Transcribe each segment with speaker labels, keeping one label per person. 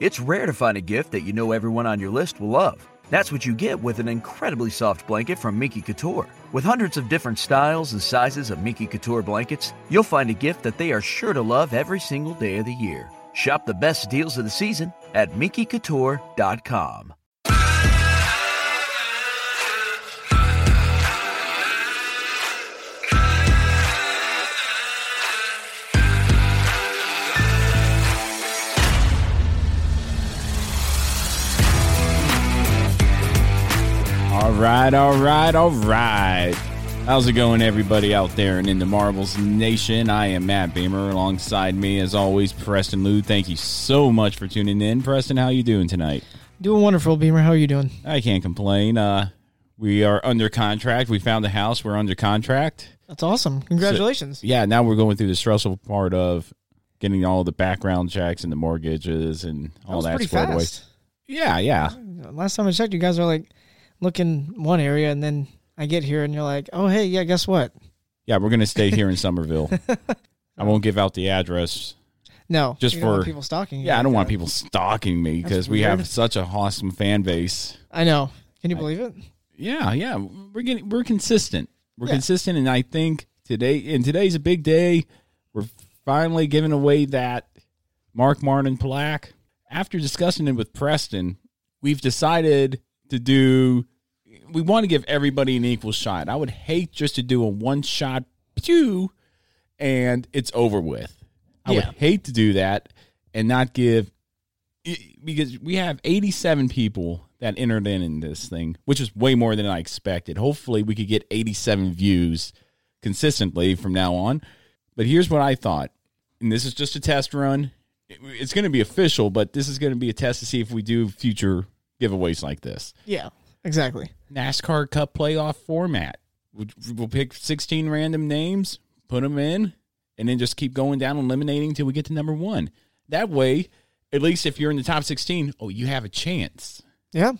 Speaker 1: It's rare to find a gift that you know everyone on your list will love. That's what you get with an incredibly soft blanket from Miki Couture. With hundreds of different styles and sizes of Miki Couture blankets, you'll find a gift that they are sure to love every single day of the year. Shop the best deals of the season at MikiCouture.com.
Speaker 2: All right, all right, all right. How's it going, everybody out there and in the Marvels Nation? I am Matt Beamer. Alongside me, as always, Preston Lou. Thank you so much for tuning in, Preston. How you doing tonight?
Speaker 3: Doing wonderful, Beamer. How are you doing?
Speaker 2: I can't complain. Uh, we are under contract. We found a house. We're under contract.
Speaker 3: That's awesome. Congratulations.
Speaker 2: Yeah, now we're going through the stressful part of getting all the background checks and the mortgages and all
Speaker 3: was
Speaker 2: that,
Speaker 3: pretty
Speaker 2: squared away.
Speaker 3: fast.
Speaker 2: Yeah, yeah.
Speaker 3: Last time I checked, you guys were like looking one area, and then I get here, and you're like, "Oh, hey, yeah, guess what?
Speaker 2: Yeah, we're going to stay here in Somerville. I won't give out the address
Speaker 3: No,
Speaker 2: Just
Speaker 3: you don't want
Speaker 2: for-
Speaker 3: people stalking. you
Speaker 2: Yeah, I
Speaker 3: like
Speaker 2: don't want
Speaker 3: that.
Speaker 2: people stalking me because we
Speaker 3: weird.
Speaker 2: have such a awesome fan base.
Speaker 3: I know. Can you believe it?
Speaker 2: Yeah, yeah, we're getting we're consistent. We're
Speaker 3: Yeah.
Speaker 2: consistent, and I think today and today's a big day. We're finally giving away that Mark Martin plaque. After discussing it with Preston, we've decided to do. We want to give everybody an equal shot. I would hate just to do a one shot pew, and it's over with. I
Speaker 3: Yeah.
Speaker 2: would hate to do that and not give because we have 87 people that entered in in this thing, which is way more than I expected. Hopefully, we could get 87 views consistently from now on. But here's what I thought, and this is just a test run. It- It's going to be official, but this is going to be a test to see if we do future giveaways like this.
Speaker 3: Yeah, exactly.
Speaker 2: NASCAR Cup playoff format. We'll we'll pick 16 random names, put them in, and then just keep going down, eliminating till we get to number one. That way, at least if you're in the top 16, oh, you have a chance.
Speaker 3: Yeah,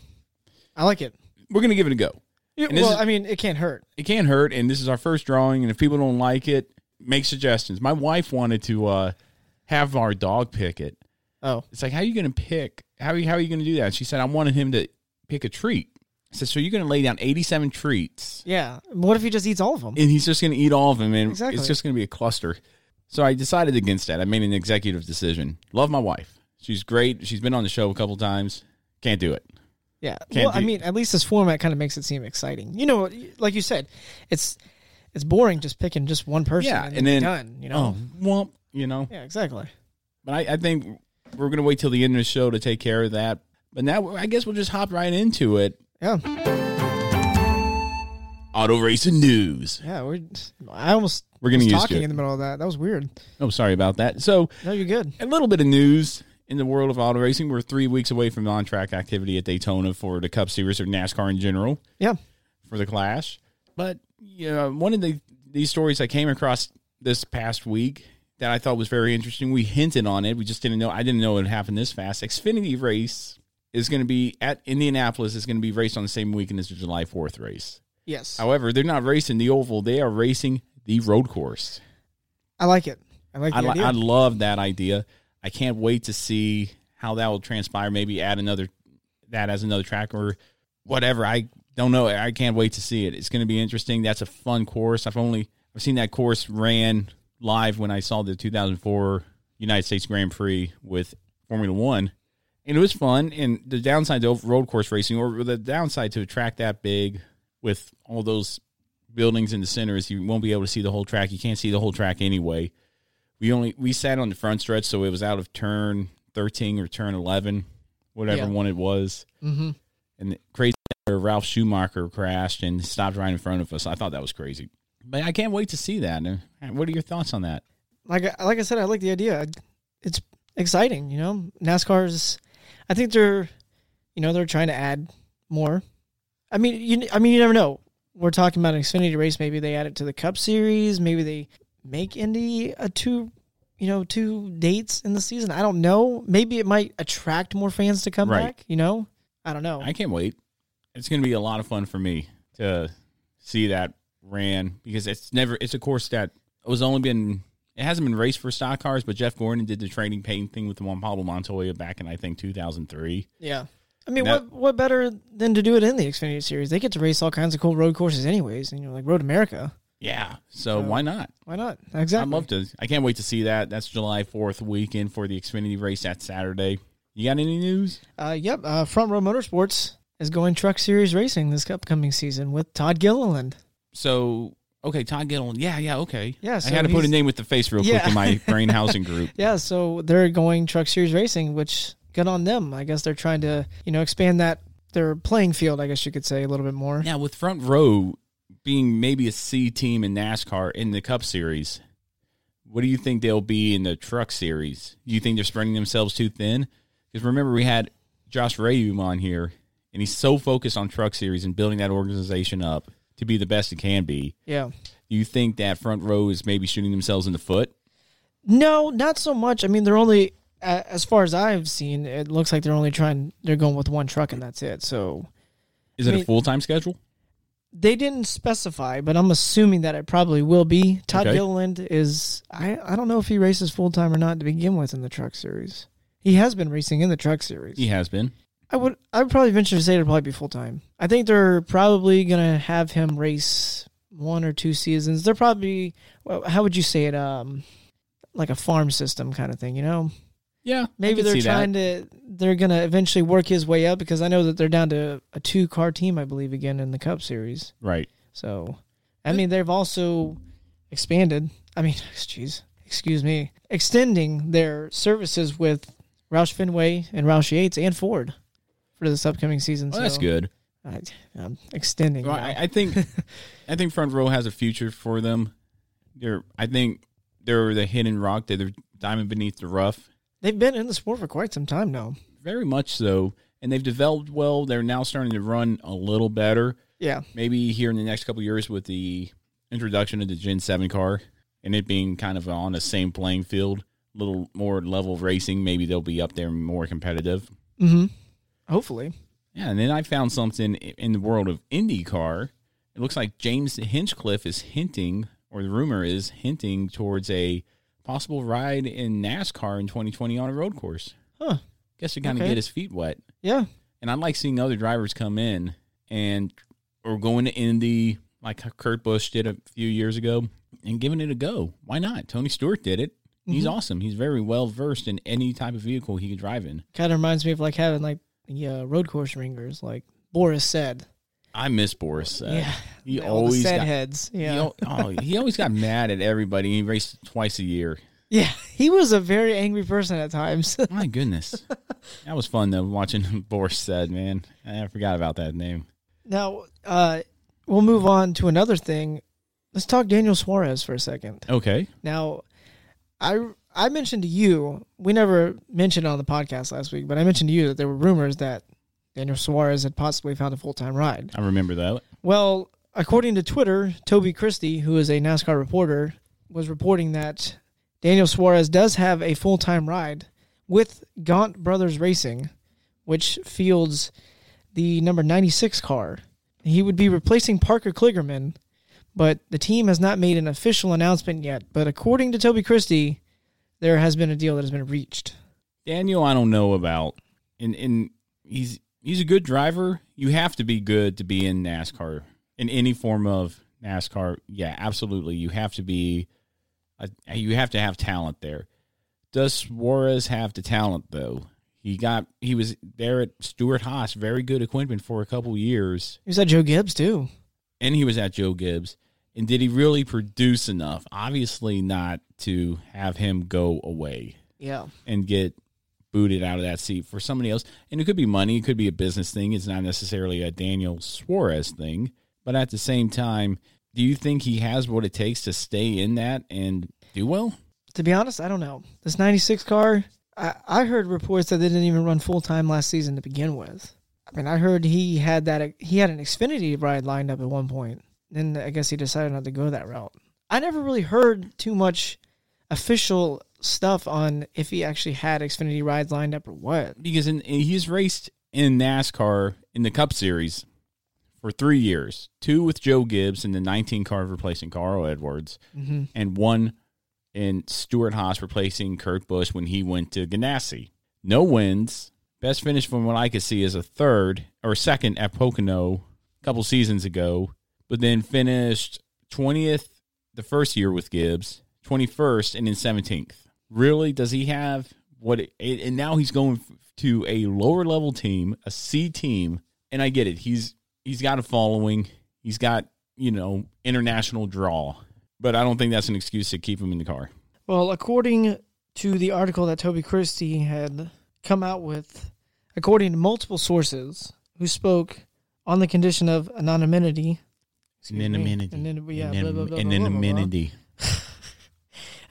Speaker 3: I like it.
Speaker 2: We're going to give it a go.
Speaker 3: Yeah,
Speaker 2: And this
Speaker 3: well,
Speaker 2: is-
Speaker 3: I mean, it can't hurt.
Speaker 2: It can't hurt, and this is our first drawing. And if people don't like it, make suggestions. My wife wanted to uh, have our dog pick it.
Speaker 3: Oh,
Speaker 2: It's like, how are you going to pick? How are you, how are you going to do that? She said, I wanted him to pick a treat. I said, so you're going to lay down 87 treats.
Speaker 3: yeah. What if he just eats all of them?
Speaker 2: and he's just going to eat all of them, and
Speaker 3: Exactly.
Speaker 2: it's just going to be a cluster. So I decided against that. I made an executive decision. Love my wife. She's great. She's been on the show a couple times. Can't do it.
Speaker 3: Yeah.
Speaker 2: Can't
Speaker 3: Well, I
Speaker 2: do-
Speaker 3: mean, at least this format kind of makes it seem exciting. You know, like you said, it's it's boring just picking just one person.
Speaker 2: yeah,
Speaker 3: and, then done. You know.
Speaker 2: oh, womp, you know.
Speaker 3: Yeah, exactly.
Speaker 2: But I, I think we're going to wait till the end of the show to take care of that. But now I guess we'll just hop right into it.
Speaker 3: Yeah.
Speaker 2: Auto racing news.
Speaker 3: Yeah, we're. I almost
Speaker 2: We're getting
Speaker 3: was
Speaker 2: used to
Speaker 3: talking
Speaker 2: it.
Speaker 3: in the middle of that. That was weird.
Speaker 2: Oh, sorry about that. So
Speaker 3: No, you're good.
Speaker 2: a little bit of news in the world of auto racing. We're three weeks away from on-track activity at Daytona for the Cup Series or NASCAR in general.
Speaker 3: Yeah,
Speaker 2: for the Clash. But yeah, one of the these stories I came across this past week that I thought was very interesting. We hinted on it. We just didn't know. I didn't know it happened this fast. Xfinity race is going to be at Indianapolis. Is going to be raced on the same weekend as the July Fourth race.
Speaker 3: Yes.
Speaker 2: However, they're not racing the oval; they are racing the road course.
Speaker 3: I like it. I like the
Speaker 2: I, li-
Speaker 3: idea.
Speaker 2: I love that idea. I can't wait to see how that will transpire. Maybe add another that as another track or whatever. I don't know. I can't wait to see it. It's going to be interesting. That's a fun course. I've only I've seen that course ran live when I saw the 2004 United States Grand Prix with Formula One, and it was fun. And the downside to road course racing, or the downside to a track that big with all those buildings in the center, is you won't be able to see the whole track. You can't see the whole track anyway we only we sat on the front stretch, so it was out of turn thirteen or turn eleven, whatever
Speaker 3: Yeah.
Speaker 2: one it was.
Speaker 3: Mm-hmm.
Speaker 2: And the crazy where Ralph Schumacher crashed and stopped right in front of us. I thought that was crazy, but I can't wait to see that. And uh, What are your thoughts on that?
Speaker 3: Like I- like I said, I like the idea. It's exciting. You know, NASCAR's. I think they're, you know, they're trying to add more. I mean, you. I mean, you never know. We're talking about an Xfinity race. Maybe they add it to the Cup Series. Maybe they make Indy a two, you know, two dates in the season. I don't know. Maybe it might attract more fans to come
Speaker 2: Right.
Speaker 3: back. You know, I don't know.
Speaker 2: I can't wait. It's going to be a lot of fun for me to see that ran because it's never it's a course that was only been it hasn't been raced for stock cars, but Jeff Gordon did the training paint thing with Juan Pablo Montoya back in I think two thousand three.
Speaker 3: yeah. I mean,
Speaker 2: Now-
Speaker 3: what what better than to do it in the Xfinity Series? They get to race all kinds of cool road courses, anyways. And you know, like Road America.
Speaker 2: Yeah, so why not?
Speaker 3: Why not? Exactly.
Speaker 2: I'd love to. I can't wait to see that. That's July 4th weekend for the Xfinity race that Saturday. You got any news?
Speaker 3: Uh, yep. Uh, Front Row Motorsports is going Truck Series racing this upcoming season with Todd Gilliland.
Speaker 2: So, okay, Todd Gittleman. Yeah, yeah, okay.
Speaker 3: Yeah, so
Speaker 2: I had to put a
Speaker 3: he's-
Speaker 2: name with the face real quick
Speaker 3: Yeah.
Speaker 2: in my brain housing group.
Speaker 3: Yeah, so they're going Truck Series racing, which good on them. I guess they're trying to you know expand that their playing field. I guess you could say a little bit more.
Speaker 2: Now, with Front Row being maybe a C team in NASCAR in the Cup Series, what do you think they'll be in the Truck Series? Do you think they're spreading themselves too thin? Because remember, we had Josh Rayum on here, and he's so focused on Truck Series and building that organization up to be the best it can be.
Speaker 3: Yeah.
Speaker 2: Do you think that front row is maybe shooting themselves in the foot?
Speaker 3: No, not so much. I mean, they're only a- as far as I've seen. It looks like they're only trying. They're going with one truck, and that's it. So
Speaker 2: Is
Speaker 3: I
Speaker 2: it a
Speaker 3: mean-
Speaker 2: full time schedule?
Speaker 3: They didn't specify, but I'm assuming that it probably will be. Todd
Speaker 2: Okay.
Speaker 3: Gilliland is I, I don't know if he races full time or not to begin with in the truck series. He has been racing in the truck series.
Speaker 2: He has been.
Speaker 3: I would I would probably venture to say it'll probably be full time. I think they're probably gonna have him race one or two seasons. They're probably well, how would you say it? Um like a farm system kind of thing, you know?
Speaker 2: Yeah,
Speaker 3: Maybe they're trying to they're gonna eventually work his way up because I know that they're down to a two car team, I believe, again in the cup series.
Speaker 2: right.
Speaker 3: So, I mean, they've also expanded. I mean, jeez, excuse me, extending their services with Roush Fenway and Roush Yates and Ford for this upcoming season.
Speaker 2: Well,
Speaker 3: so
Speaker 2: Oh, that's good.
Speaker 3: I, am extending.
Speaker 2: Well,
Speaker 3: now.
Speaker 2: I, I think I think front row has a future for them. They're I think they're the hidden rock. They're the diamond beneath the rough.
Speaker 3: They've been in the sport for quite some time now.
Speaker 2: Very much so, and they've developed well. They're now starting to run a little better.
Speaker 3: Yeah,
Speaker 2: Maybe here in the next couple of years with the introduction of the Gen Seven car and it being kind of on the same playing field, a little more level racing. Maybe they'll be up there more competitive.
Speaker 3: hopefully.
Speaker 2: Yeah, and then I found something i- in the world of IndyCar. It looks like James Hinchcliffe is hinting, or the rumor is hinting towards a possible ride in NASCAR in 2020 on a road course.
Speaker 3: Huh.
Speaker 2: Guess to kind of
Speaker 3: Okay.
Speaker 2: get his feet wet.
Speaker 3: Yeah.
Speaker 2: And I like seeing other drivers come in and or going to Indy like how Kurt Busch did a few years ago and giving it a go. Why not? Tony Stewart did it. He's
Speaker 3: Mm-hmm.
Speaker 2: awesome. He's very well versed in any type of vehicle he could drive in.
Speaker 3: Kind of reminds me of like having like the uh, road course ringers, like Boris said.
Speaker 2: I miss Boris. uh,
Speaker 3: yeah.
Speaker 2: He
Speaker 3: All the
Speaker 2: always
Speaker 3: sad
Speaker 2: got,
Speaker 3: heads.
Speaker 2: He
Speaker 3: Yeah.
Speaker 2: al- oh, he always got mad at everybody. He raced twice a year.
Speaker 3: yeah. He was a very angry person at times.
Speaker 2: My goodness, that was fun though. Watching Boris said, man, I forgot about that name.
Speaker 3: Now, uh, we'll move on to another thing. Let's talk Daniel Suarez for a second.
Speaker 2: Okay,
Speaker 3: Now, I I mentioned to you we never mentioned it on the podcast last week, but I mentioned to you that there were rumors that Daniel Suarez had possibly found a full time ride.
Speaker 2: I remember that.
Speaker 3: Well, according to Twitter, Toby Christie, who is a NASCAR reporter, was reporting that Daniel Suarez does have a full time ride with Gaunt Brothers Racing, which fields the number 96 car. He would be replacing Parker Kligerman, but the team has not made an official announcement yet. But according to Toby Christie, there has been a deal that has been reached.
Speaker 2: Daniel, I don't know about, and and he's he's a good driver. You have to be good to be in NASCAR in any form of NASCAR. Yeah, absolutely. You have to be, a, you have to have talent there. Does Suarez have the talent though? He got he was there at Stuart Haas, very good equipment for a couple years,
Speaker 3: He was at Joe Gibbs, too.
Speaker 2: and he was at Joe Gibbs. And did he really produce enough? Obviously not to have him go away
Speaker 3: Yeah.
Speaker 2: and get booted out of that seat for somebody else. And it could be money, it could be a business thing. It's not necessarily a Daniel Suarez thing. But at the same time, do you think he has what it takes to stay in that and do well?
Speaker 3: To be honest, I don't know. This 96 car, I, I heard reports that they didn't even run full time last season to begin with. I mean, I heard he had that he had an Xfinity ride lined up at one point. Then I guess he decided not to go that route. I never really heard too much official stuff on if he actually had Xfinity rides lined up or what.
Speaker 2: Because in, he's raced in NASCAR in the Cup Series for three years two with Joe Gibbs in the 19 car replacing Carl Edwards, and one in Stuart Haas replacing Kurt Busch when he went to Ganassi. No wins. Best finish from what I could see is a third or second at Pocono a couple seasons ago, but then finished 20th the first year with Gibbs, 21st, and then 17th. Really, does he have what? It, and now he's going to a lower level team, a C team, and I get it. He's he's got a following. He's got you know international draw, but I don't think that's an excuse to keep him in the car.
Speaker 3: Well, according to the article that Toby Christie had come out with, according to multiple sources who spoke on the condition of anonymity. excuse me, anonymity, yeah, blah, blah, blah, blah, blah, blah, blah.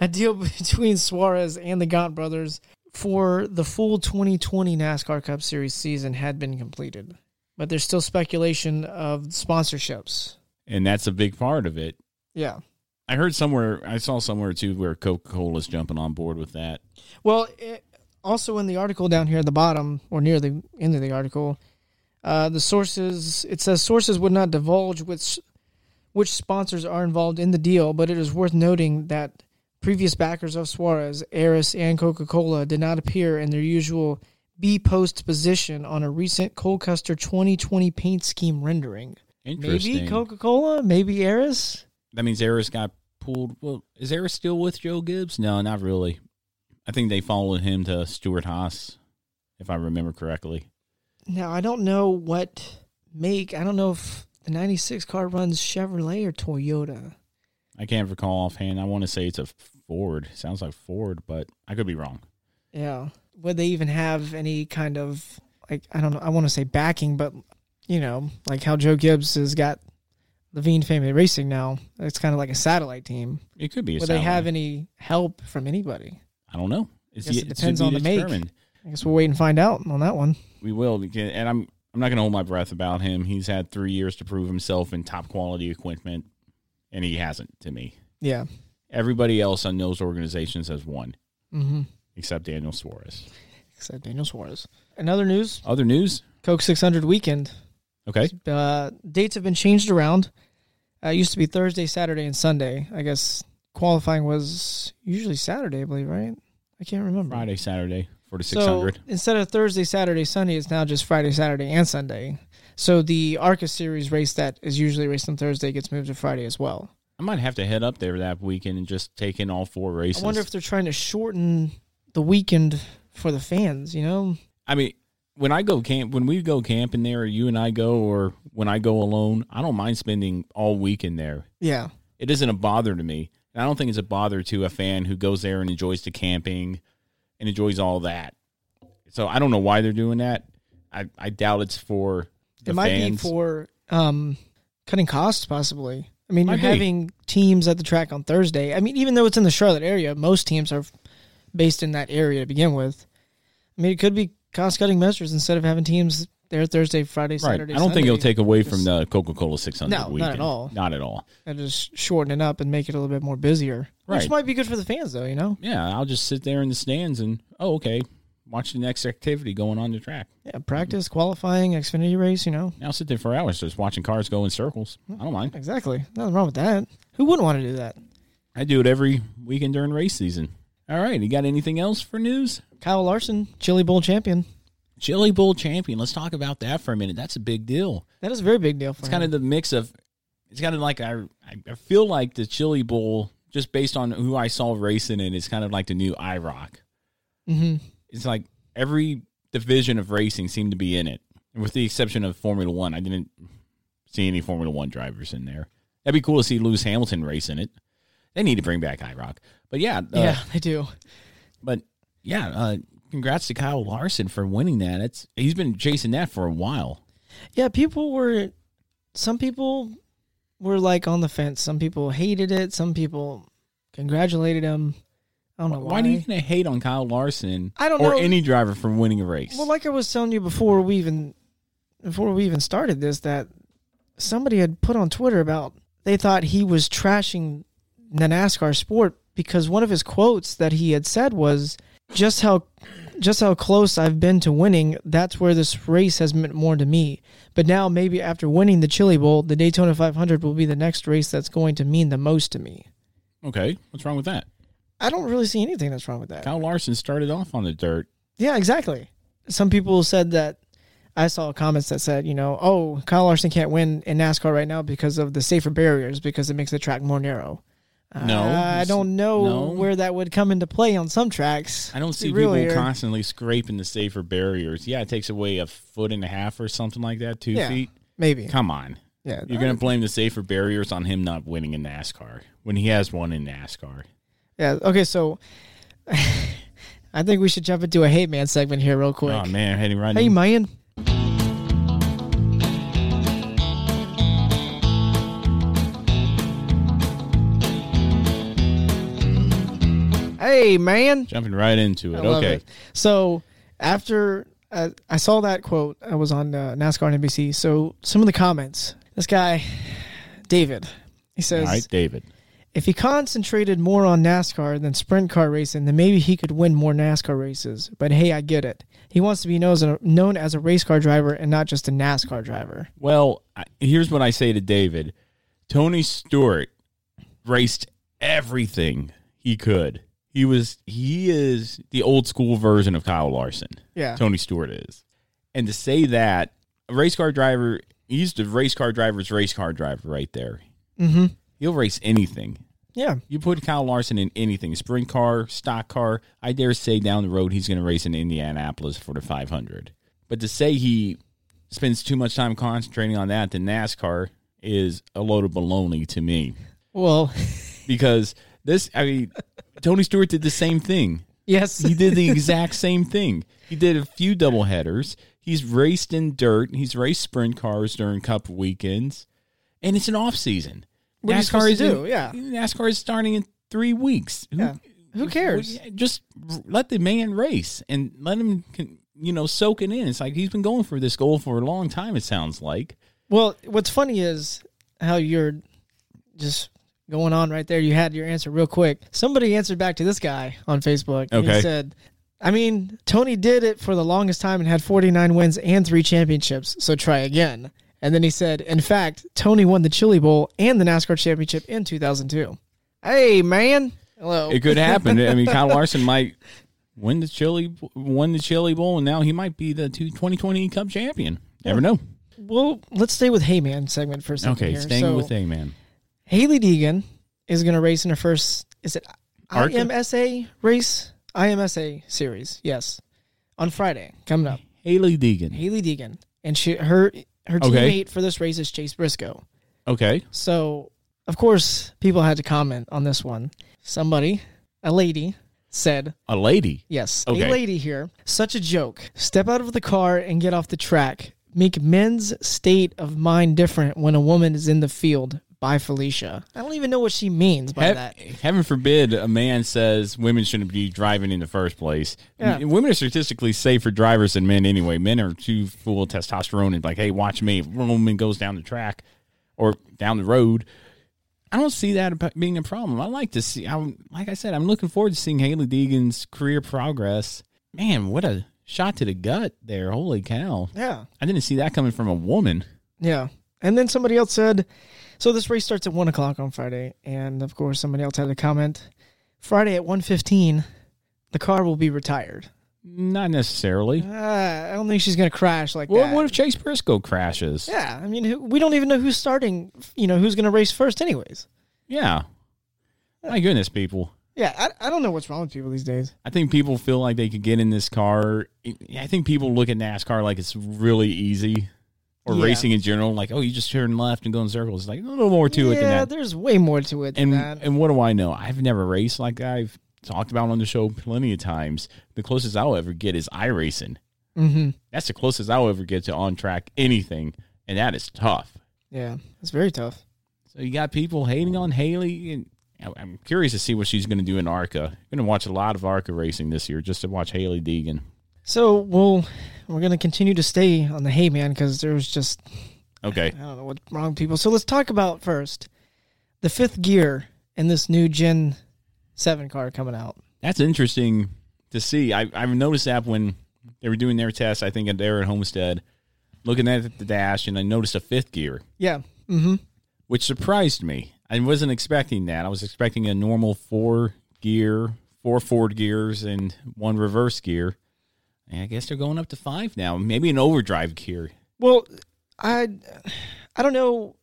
Speaker 3: A deal between Suarez and the Gant brothers for the full 2020 NASCAR Cup Series season had been completed, but there's still speculation of sponsorships.
Speaker 2: and that's a big part of it.
Speaker 3: Yeah.
Speaker 2: I heard somewhere, I saw somewhere too, where Coca Cola's jumping on board with that.
Speaker 3: Well, it, also in the article down here at the bottom, or near the end of the article, uh, the sources it says sources would not divulge which which sponsors are involved in the deal, but it is worth noting that previous backers of Suarez, Aris, and Coca Cola did not appear in their usual B post position on a recent Colcaster 2020 paint scheme rendering.
Speaker 2: Interesting.
Speaker 3: Maybe Coca Cola, maybe Aris.
Speaker 2: that means Eris got pulled. Well, is Eris still with Joe Gibbs? No, not really. I think they followed him to Stuart Haas, if I remember correctly.
Speaker 3: Now I don't know what make. I don't know if the '96 car runs Chevrolet or Toyota.
Speaker 2: I can't recall offhand. I want to say it's a Ford. Sounds like Ford, but I could be wrong.
Speaker 3: Yeah. Would they even have any kind of like I don't know? I want to say backing, but you know, like how Joe Gibbs has got Levine Family Racing now. It's kind of like a satellite team.
Speaker 2: It could be. A
Speaker 3: Would they have
Speaker 2: satellite.
Speaker 3: any help from anybody?
Speaker 2: I don't know. It's,
Speaker 3: Guess it
Speaker 2: it's to
Speaker 3: depends
Speaker 2: be
Speaker 3: on the make.
Speaker 2: determined.
Speaker 3: I guess we'll wait and find out on that one.
Speaker 2: We will, beca- and I'm I'm not going to hold my breath about him. He's had three years to prove himself in top quality equipment, and he hasn't. To me,
Speaker 3: Yeah.
Speaker 2: everybody else on those organizations has won,
Speaker 3: Mm-hmm.
Speaker 2: except Daniel Suarez.
Speaker 3: Except Daniel Suarez. Another news:
Speaker 2: Other news?
Speaker 3: Coke 600 weekend.
Speaker 2: Okay,
Speaker 3: Uh, dates have been changed around. Uh, it used to be Thursday, Saturday, and Sunday. I guess qualifying was usually Saturday, I believe, right? I can't remember.
Speaker 2: Friday, Saturday for the
Speaker 3: So,
Speaker 2: 600.
Speaker 3: instead of Thursday, Saturday, Sunday, it's now just Friday, Saturday, and Sunday. So the ARCA series race that is usually raced on Thursday gets moved to Friday as well.
Speaker 2: I might have to head up there that weekend and just take in all four races.
Speaker 3: I wonder if they're trying to shorten the weekend for the fans, you know?
Speaker 2: I mean, when I go camp, when we go camping there, or you and I go, or when I go alone, I don't mind spending all weekend there.
Speaker 3: Yeah.
Speaker 2: it isn't a bother to me. And I don't think it's a bother to a fan who goes there and enjoys the camping and enjoys all that. So I don't know why they're doing that. I, I doubt it's for the
Speaker 3: it might
Speaker 2: fans.
Speaker 3: be for um, cutting costs, possibly. I mean,
Speaker 2: Might
Speaker 3: you're
Speaker 2: be.
Speaker 3: having teams at the track on Thursday. I mean, even though it's in the Charlotte area, most teams are based in that area to begin with. I mean, it could be cost cutting measures instead of having teams there Thursday, Friday,
Speaker 2: right.
Speaker 3: Saturday.
Speaker 2: I don't think it'll
Speaker 3: Sunday.
Speaker 2: take away
Speaker 3: Just-
Speaker 2: from the Coca Cola 600
Speaker 3: No, not at
Speaker 2: weekend.
Speaker 3: all.
Speaker 2: Not at all.
Speaker 3: and just shorten it up and make it a little bit more busier.
Speaker 2: Right.
Speaker 3: Which might be good for the fans, though. You know,
Speaker 2: Yeah, I'll just sit there in the stands and oh okay, watch the next activity going on the track.
Speaker 3: Yeah, practice, qualifying, Xfinity race, you know.
Speaker 2: Now sit there for hours just watching cars go in circles. I don't mind.
Speaker 3: Exactly. Nothing wrong with that. Who wouldn't want to do that?
Speaker 2: I do it every weekend during race season. All right, you got anything else for news?
Speaker 3: Kyle Larson, Chili Bowl champion.
Speaker 2: Chili Bowl champion. Let's talk about that for a minute. That's a big deal.
Speaker 3: That is a very big deal for
Speaker 2: It's kind of the mix of. It's kind of like I. I- I feel like the Chili Bowl, just based on who I saw racing in, is kind of like the new IROC.
Speaker 3: hmm
Speaker 2: It's like every division of racing seemed to be in it, with the exception of Formula One. I didn't see any Formula One drivers in there. That'd be cool to see Lewis Hamilton race in it. They need to bring back IROC. But yeah, uh,
Speaker 3: yeah, they do.
Speaker 2: But yeah, uh, congrats to Kyle Larson for winning that. It's he's been chasing that for a while.
Speaker 3: Yeah, people were. Some people were like on the fence. Some people hated it. Some people congratulated him. I don't know why.
Speaker 2: Why, do you gonna hate on Kyle Larson?
Speaker 3: I don't
Speaker 2: or
Speaker 3: know.
Speaker 2: any driver for winning a race.
Speaker 3: Well, like I was telling you before we even before we even started this, that somebody had put on Twitter about they thought he was trashing the NASCAR sport because one of his quotes that he had said was just how just how close I've been to winning. That's where this race has meant more to me. But now maybe after winning the Chili Bowl, the Daytona 500 will be the next race that's going to mean the most to me.
Speaker 2: okay, what's wrong with that?
Speaker 3: I don't really see anything that's wrong with that.
Speaker 2: Kyle Larson started off on the dirt.
Speaker 3: Yeah, exactly. Some people said that I saw comments that said, you know, oh, Kyle Larson can't win in NASCAR right now because of the safer barriers because it makes the track more narrow. Uh,
Speaker 2: No,
Speaker 3: I don't know
Speaker 2: no.
Speaker 3: where that would come into play on some tracks.
Speaker 2: I don't
Speaker 3: to be
Speaker 2: see
Speaker 3: real
Speaker 2: people
Speaker 3: here.
Speaker 2: constantly scraping the safer barriers. Yeah, it takes away a foot and a half or something like that, two
Speaker 3: Yeah,
Speaker 2: feet.
Speaker 3: Maybe.
Speaker 2: Come on.
Speaker 3: Yeah,
Speaker 2: You're gonna blame the safer barriers on him not winning in NASCAR when he has one in NASCAR.
Speaker 3: Yeah. Okay. So, I think we should jump into a hate man segment here real quick.
Speaker 2: Oh man, heading right
Speaker 3: Hey, man. Hey, man.
Speaker 2: jumping right into
Speaker 3: I
Speaker 2: it.
Speaker 3: love
Speaker 2: okay.
Speaker 3: it. So after uh, I saw that quote, I was on uh, NASCAR and NBC. So some of the comments. This guy, David, he
Speaker 2: All
Speaker 3: says,
Speaker 2: right, David.
Speaker 3: if he concentrated more on NASCAR than sprint car racing, then maybe he could win more NASCAR races. But hey, I get it. He wants to be known as a, known as a race car driver and not just a NASCAR driver.
Speaker 2: Well, I, here's what I say to David Tony Stewart raced everything he could. He was he is the old school version of Kyle Larson.
Speaker 3: Yeah.
Speaker 2: Tony Stewart is. And to say that a race car driver, he's the race car driver's race car driver right there.
Speaker 3: Mm-hmm.
Speaker 2: He'll race anything.
Speaker 3: Yeah.
Speaker 2: You put Kyle Larson in anything, sprint car, stock car. I dare say down the road he's going to race in Indianapolis for the 500. But to say he spends too much time concentrating on that than NASCAR is a load of baloney to me
Speaker 3: Well,
Speaker 2: because this, I mean, Tony Stewart did the same thing.
Speaker 3: yes.
Speaker 2: He did the exact same thing. He did a few double headers. He's raced in dirt. He's raced sprint cars during Cup weekends, and it's an off season.
Speaker 3: What are you supposed to
Speaker 2: in-
Speaker 3: do? Yeah.
Speaker 2: NASCAR is starting in three weeks. Who,
Speaker 3: Yeah. Who cares?
Speaker 2: Just let the man race and let him, con- you know, soak it in. It's like he's been going for this goal for a long time. It sounds like.
Speaker 3: Well, what's funny is how you're just going on right there. You had your answer real quick. Somebody answered back to this guy on Facebook. and
Speaker 2: Okay.
Speaker 3: He said, I mean, Tony did it for the longest time and had 49 wins and three championships, so try again. And then he said, in fact, Tony won the Chili Bowl and the NASCAR championship in 2002. Hey, man. Hello.
Speaker 2: It could happen. I mean, Kyle Larson might win the Chili, won the Chili Bowl, and now he might be the two- 2020 Cup champion. Never know.
Speaker 3: well, let's stay with Hey Man segment for a second.
Speaker 2: Okay,
Speaker 3: here.
Speaker 2: staying
Speaker 3: So,
Speaker 2: with A man.
Speaker 3: Haley Deegan is going to race in her first. Is it
Speaker 2: Arca?
Speaker 3: IMSA race? IMSA series, yes, on Friday coming up.
Speaker 2: Haley Deegan.
Speaker 3: Haley Deegan and she her her
Speaker 2: Okay.
Speaker 3: teammate for this race is Chase Briscoe.
Speaker 2: Okay.
Speaker 3: So of course people had to comment on this one. Somebody, a lady, said
Speaker 2: A lady.
Speaker 3: Yes.
Speaker 2: Okay.
Speaker 3: A lady here. Such a joke. Step out of the car and get off the track. Make men's state of mind different when a woman is in the field. By Felicia. I don't even know what she means by
Speaker 2: Hev-
Speaker 3: that.
Speaker 2: heaven forbid a man says women shouldn't be driving in the first place.
Speaker 3: Yeah.
Speaker 2: I mean, Women are statistically safer drivers than men anyway. Men are too full of testosterone and like, hey, watch me. If a woman goes down the track or down the road. I don't see that ab- being a problem. I like to see. I'm like I said, I'm looking forward to seeing Haley Deegan's career progress. man, what a shot to the gut there. Holy cow.
Speaker 3: Yeah.
Speaker 2: I didn't see that coming from a woman.
Speaker 3: Yeah. And then somebody else said, so this race starts at one o'clock on Friday, and of course somebody else had a comment. Friday at 1.15, the car will be retired.
Speaker 2: Not necessarily.
Speaker 3: Uh, I don't think she's gonna crash like
Speaker 2: What,
Speaker 3: that.
Speaker 2: what if Chase Briscoe crashes?
Speaker 3: yeah, I mean, who, we don't even know who's starting. You know, who's gonna race first, anyways.
Speaker 2: Yeah. My goodness, people.
Speaker 3: Yeah, I, I don't know what's wrong with people these days.
Speaker 2: I think people feel like they could get in this car. I think people look at NASCAR like it's really easy or
Speaker 3: Yeah.
Speaker 2: racing in general, like, oh, you just turn left and go in circles. It's like a little more to
Speaker 3: yeah,
Speaker 2: it than that.
Speaker 3: there's way more to it than
Speaker 2: And
Speaker 3: that.
Speaker 2: and what do I know? I've never raced like I've talked about on the show plenty of times. The closest I'll ever get is iRacing.
Speaker 3: mm-hmm.
Speaker 2: That's the closest I'll ever get to on track anything, and that is tough.
Speaker 3: Yeah, it's very tough.
Speaker 2: So you got people hating on Haley, and I- I'm curious to see what she's going to do in ARCA. Going to watch a lot of ARCA racing this year just to watch Haley Deegan.
Speaker 3: So we'll we're gonna continue to stay on the hay man because there was just
Speaker 2: Okay,
Speaker 3: I don't know what's wrong with people. So let's talk about first the fifth gear in this new Gen Seven car coming out.
Speaker 2: that's interesting to see. I, I've noticed that when they were doing their tests, I think they were at Homestead, looking at the dash, and I noticed a fifth gear.
Speaker 3: Yeah. Mm-hmm.
Speaker 2: which surprised me. I wasn't expecting that. I was expecting a normal four gear, four forward gears, and one reverse gear. And I guess they're going up to five now. Maybe an overdrive gear.
Speaker 3: Well, I I don't know.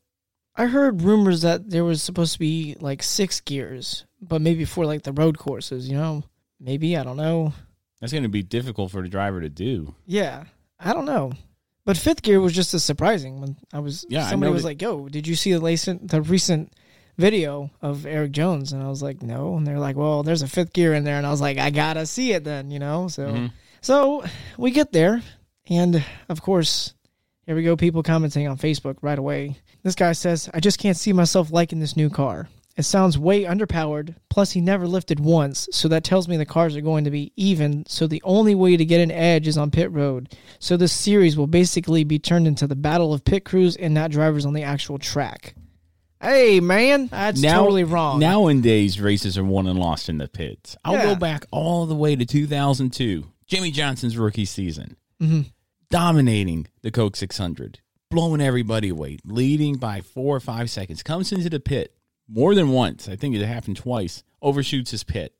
Speaker 3: I heard rumors that there was supposed to be like six gears, but maybe for like the road courses, you know. Maybe I don't know.
Speaker 2: That's going to be difficult for the driver to do.
Speaker 3: Yeah, I don't know. But fifth gear was just as surprising when I was.
Speaker 2: Yeah, I
Speaker 3: somebody
Speaker 2: know
Speaker 3: was
Speaker 2: that-
Speaker 3: like, "Yo, did you see the recent the recent video of Eric Jones?" And I was like, "No." And they're like, "Well, there's a fifth gear in there," and I was like, "I gotta see it then," you know. So,
Speaker 2: Mm-hmm.
Speaker 3: so we get there, and of course, here we go. People commenting on Facebook right away. This guy says, "I just can't see myself liking this new car." It sounds way underpowered, plus he never lifted once, so that tells me the cars are going to be even, so the only way to get an edge is on pit road. So this series will basically be turned into the battle of pit crews and not drivers on the actual track. Hey man, that's totally wrong.
Speaker 2: Nowadays, races are won and lost in the pits. I'll
Speaker 3: Yeah.
Speaker 2: go back all the way to 2002, Jimmy Johnson's rookie season,
Speaker 3: Mm-hmm.
Speaker 2: dominating the Coke 600, blowing everybody away, leading by four or five seconds. Comes into the pit more than once. I think it happened twice. Overshoots his pit.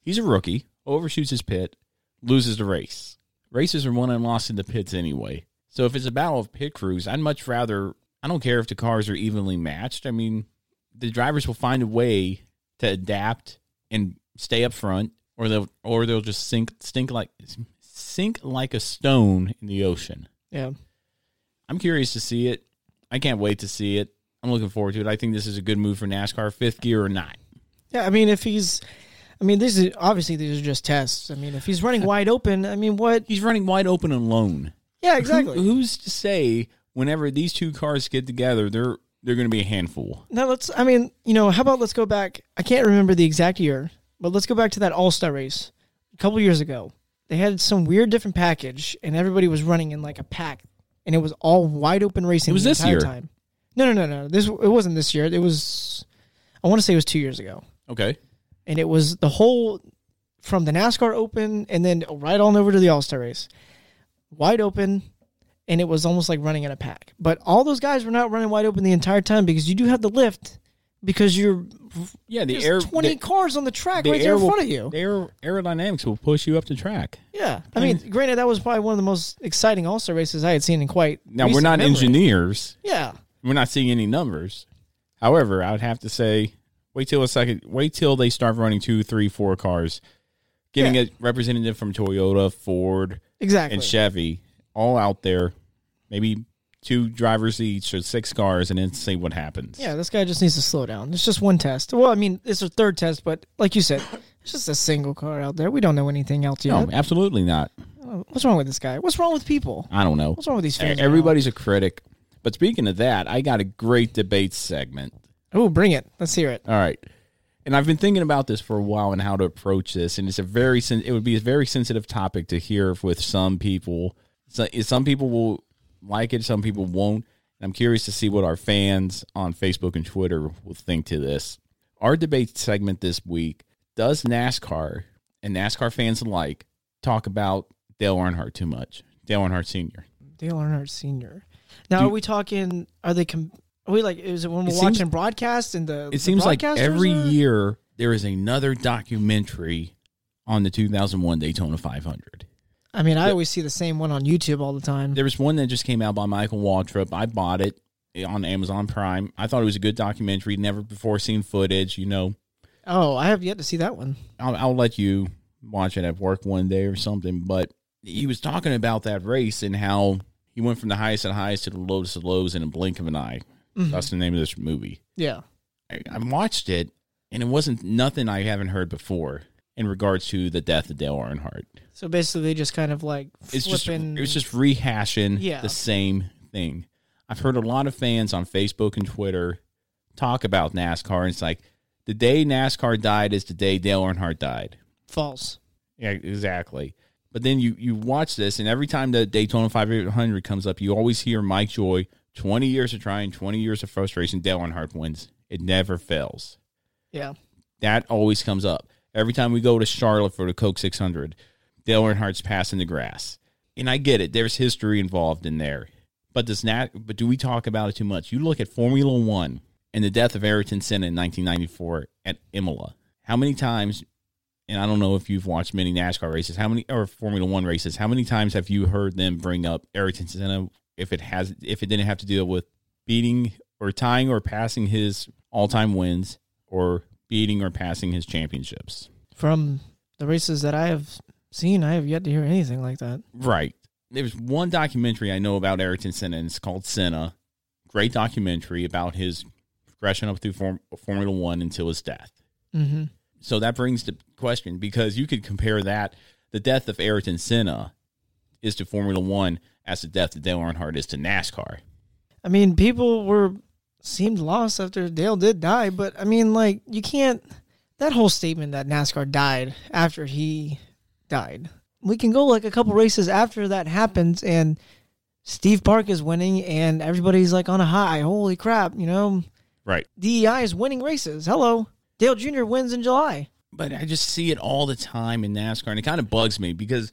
Speaker 2: He's a rookie. Overshoots his pit. Loses the race. Races are won and lost in the pits anyway. So if it's a battle of pit crews, I'd much rather. I don't care if the cars are evenly matched. I mean, the drivers will find a way to adapt and stay up front, or they'll or they'll just sink stink like sink like a stone in the ocean.
Speaker 3: yeah.
Speaker 2: I'm curious to see it. I can't wait to see it. I'm looking forward to it. I think this is a good move for NASCAR, fifth gear or not.
Speaker 3: Yeah, I mean if he's I mean these are obviously these are just tests. I mean if he's running wide open, I mean what
Speaker 2: He's running wide open alone.
Speaker 3: Yeah,
Speaker 2: Who- who's to say whenever these two cars get together, they're they're going to be a handful.
Speaker 3: Now let's. I mean, you know, how about let's go back? I can't remember the exact year, but let's go back to that All Star race a couple years ago. They had some weird different package, and everybody was running in like a pack, and it was all wide open racing.
Speaker 2: It was
Speaker 3: the
Speaker 2: this
Speaker 3: entire
Speaker 2: year.
Speaker 3: Time. No, no, no, no. This it wasn't this year. It was. I want to say it was two years ago,
Speaker 2: Okay.
Speaker 3: and it was the whole from the NASCAR Open and then right on over to the All Star race, wide open. And it was almost like running in a pack. But all those guys were not running wide open the entire time because you do have the lift because you're
Speaker 2: Yeah, the
Speaker 3: there's
Speaker 2: air
Speaker 3: 20
Speaker 2: the,
Speaker 3: cars on the track
Speaker 2: the
Speaker 3: right there in
Speaker 2: will-
Speaker 3: front of you.
Speaker 2: The air, aerodynamics will push you up the track.
Speaker 3: Yeah. I mean, granted, that was probably one of the most exciting All Star races I had seen in quite.
Speaker 2: Now we're
Speaker 3: recent
Speaker 2: not
Speaker 3: memory.
Speaker 2: engineers.
Speaker 3: Yeah.
Speaker 2: We're not seeing any numbers. However, I would have to say, wait till a second. Wait till they start running two, three, four cars, getting
Speaker 3: Yeah.
Speaker 2: a representative from Toyota, Ford,
Speaker 3: Exactly.
Speaker 2: and Chevy all out there. Maybe two drivers each or six cars, and then see what happens.
Speaker 3: Yeah, this guy just needs to slow down. It's just one test. Well, I mean, it's a third test, but like you said, it's just a single car out there. We don't know anything else
Speaker 2: No,
Speaker 3: yet.
Speaker 2: absolutely not.
Speaker 3: Oh, What's wrong with this guy? What's wrong with people?
Speaker 2: I don't know. E-
Speaker 3: What's wrong with these fans?
Speaker 2: Everybody's a critic. But speaking of that, I got a great debate segment.
Speaker 3: Oh, bring it. Let's hear it.
Speaker 2: All right. And I've been thinking about this for a while and how to approach this. And it's a very sen- it would be a very sensitive topic to hear with some people. So, eh, some people will like it, some people won't. And I'm curious to see what our fans on Facebook and Twitter will think to this. Our debate segment this week: Does NASCAR and NASCAR fans alike talk about Dale Earnhardt too much. Dale Earnhardt Senior.
Speaker 3: Dale Earnhardt Sr. Now,
Speaker 2: Do-
Speaker 3: are we talking? Are they? Com- are we like? Is it when we're
Speaker 2: It
Speaker 3: watching
Speaker 2: seems-
Speaker 3: broadcast and the? the
Speaker 2: It seems like
Speaker 3: broadcasters
Speaker 2: every
Speaker 3: are-
Speaker 2: year there is another documentary on the 2001 Daytona 500.
Speaker 3: I mean, I
Speaker 2: Yeah.
Speaker 3: always see the same one on YouTube all the time.
Speaker 2: There was one that just came out by Michael Waltrip. I bought it on Amazon Prime. I thought it was a good documentary, never before seen footage. You know,
Speaker 3: Oh, I have yet to see that one.
Speaker 2: I'll, I'll let you watch it at work one day or something. But he was talking about that race and how he went from the highest of the highs to the lowest of the lows in a blink of an eye.
Speaker 3: Mm-hmm.
Speaker 2: That's the name of this movie.
Speaker 3: Yeah.
Speaker 2: I, I watched it, and it wasn't nothing I haven't heard before in regards to the death of Dale Earnhardt.
Speaker 3: So basically, they just kind of like
Speaker 2: It's just
Speaker 3: flipping.
Speaker 2: it was just rehashing
Speaker 3: Yeah.
Speaker 2: the same thing. I've heard a lot of fans on Facebook and Twitter talk about NASCAR, and it's like the day NASCAR died is the day Dale Earnhardt died.
Speaker 3: false.
Speaker 2: Yeah, exactly. But then you you watch this, and every time the Daytona 500 comes up, you always hear Mike Joy, 20 years of trying, 20 years of frustration. Dale Earnhardt wins. It never fails.
Speaker 3: Yeah.
Speaker 2: That always comes up. Every time we go to Charlotte for the Coke 600, Dale Earnhardt's passing the grass. And I get it. There's history involved in there. But does not but do we talk about it too much? You look at Formula 1 and the death of Ayrton Senna in 1994 at Imola. How many times and I don't know if you've watched many NASCAR races, how many or Formula 1 races, how many times have you heard them bring up Ayrton Senna if it has if it didn't have to deal with beating or tying or passing his all-time wins or beating or passing his championships.
Speaker 3: From the races that I have seen, I have yet to hear anything like that.
Speaker 2: Right. There's one documentary I know about Ayrton Senna, and it's called Senna. Great documentary about his progression up through form, Formula One until his death.
Speaker 3: Mm-hmm.
Speaker 2: So that brings the question because you could compare that the death of Ayrton Senna is to Formula One as the death of Dale Earnhardt is to NASCAR.
Speaker 3: I mean, people were seemed lost after Dale did die, but I mean, like you can't. That whole statement that NASCAR died after he died. We can go like a couple races after that happens, and Steve Park is winning, and everybody's like on a high. Holy crap! You know,
Speaker 2: Right.
Speaker 3: DEI is winning races. Hello, Dale Jr. wins in July.
Speaker 2: but I just see it all the time in NASCAR, and it kind of bugs me because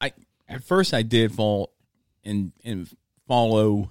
Speaker 2: I at first I did fall and and follow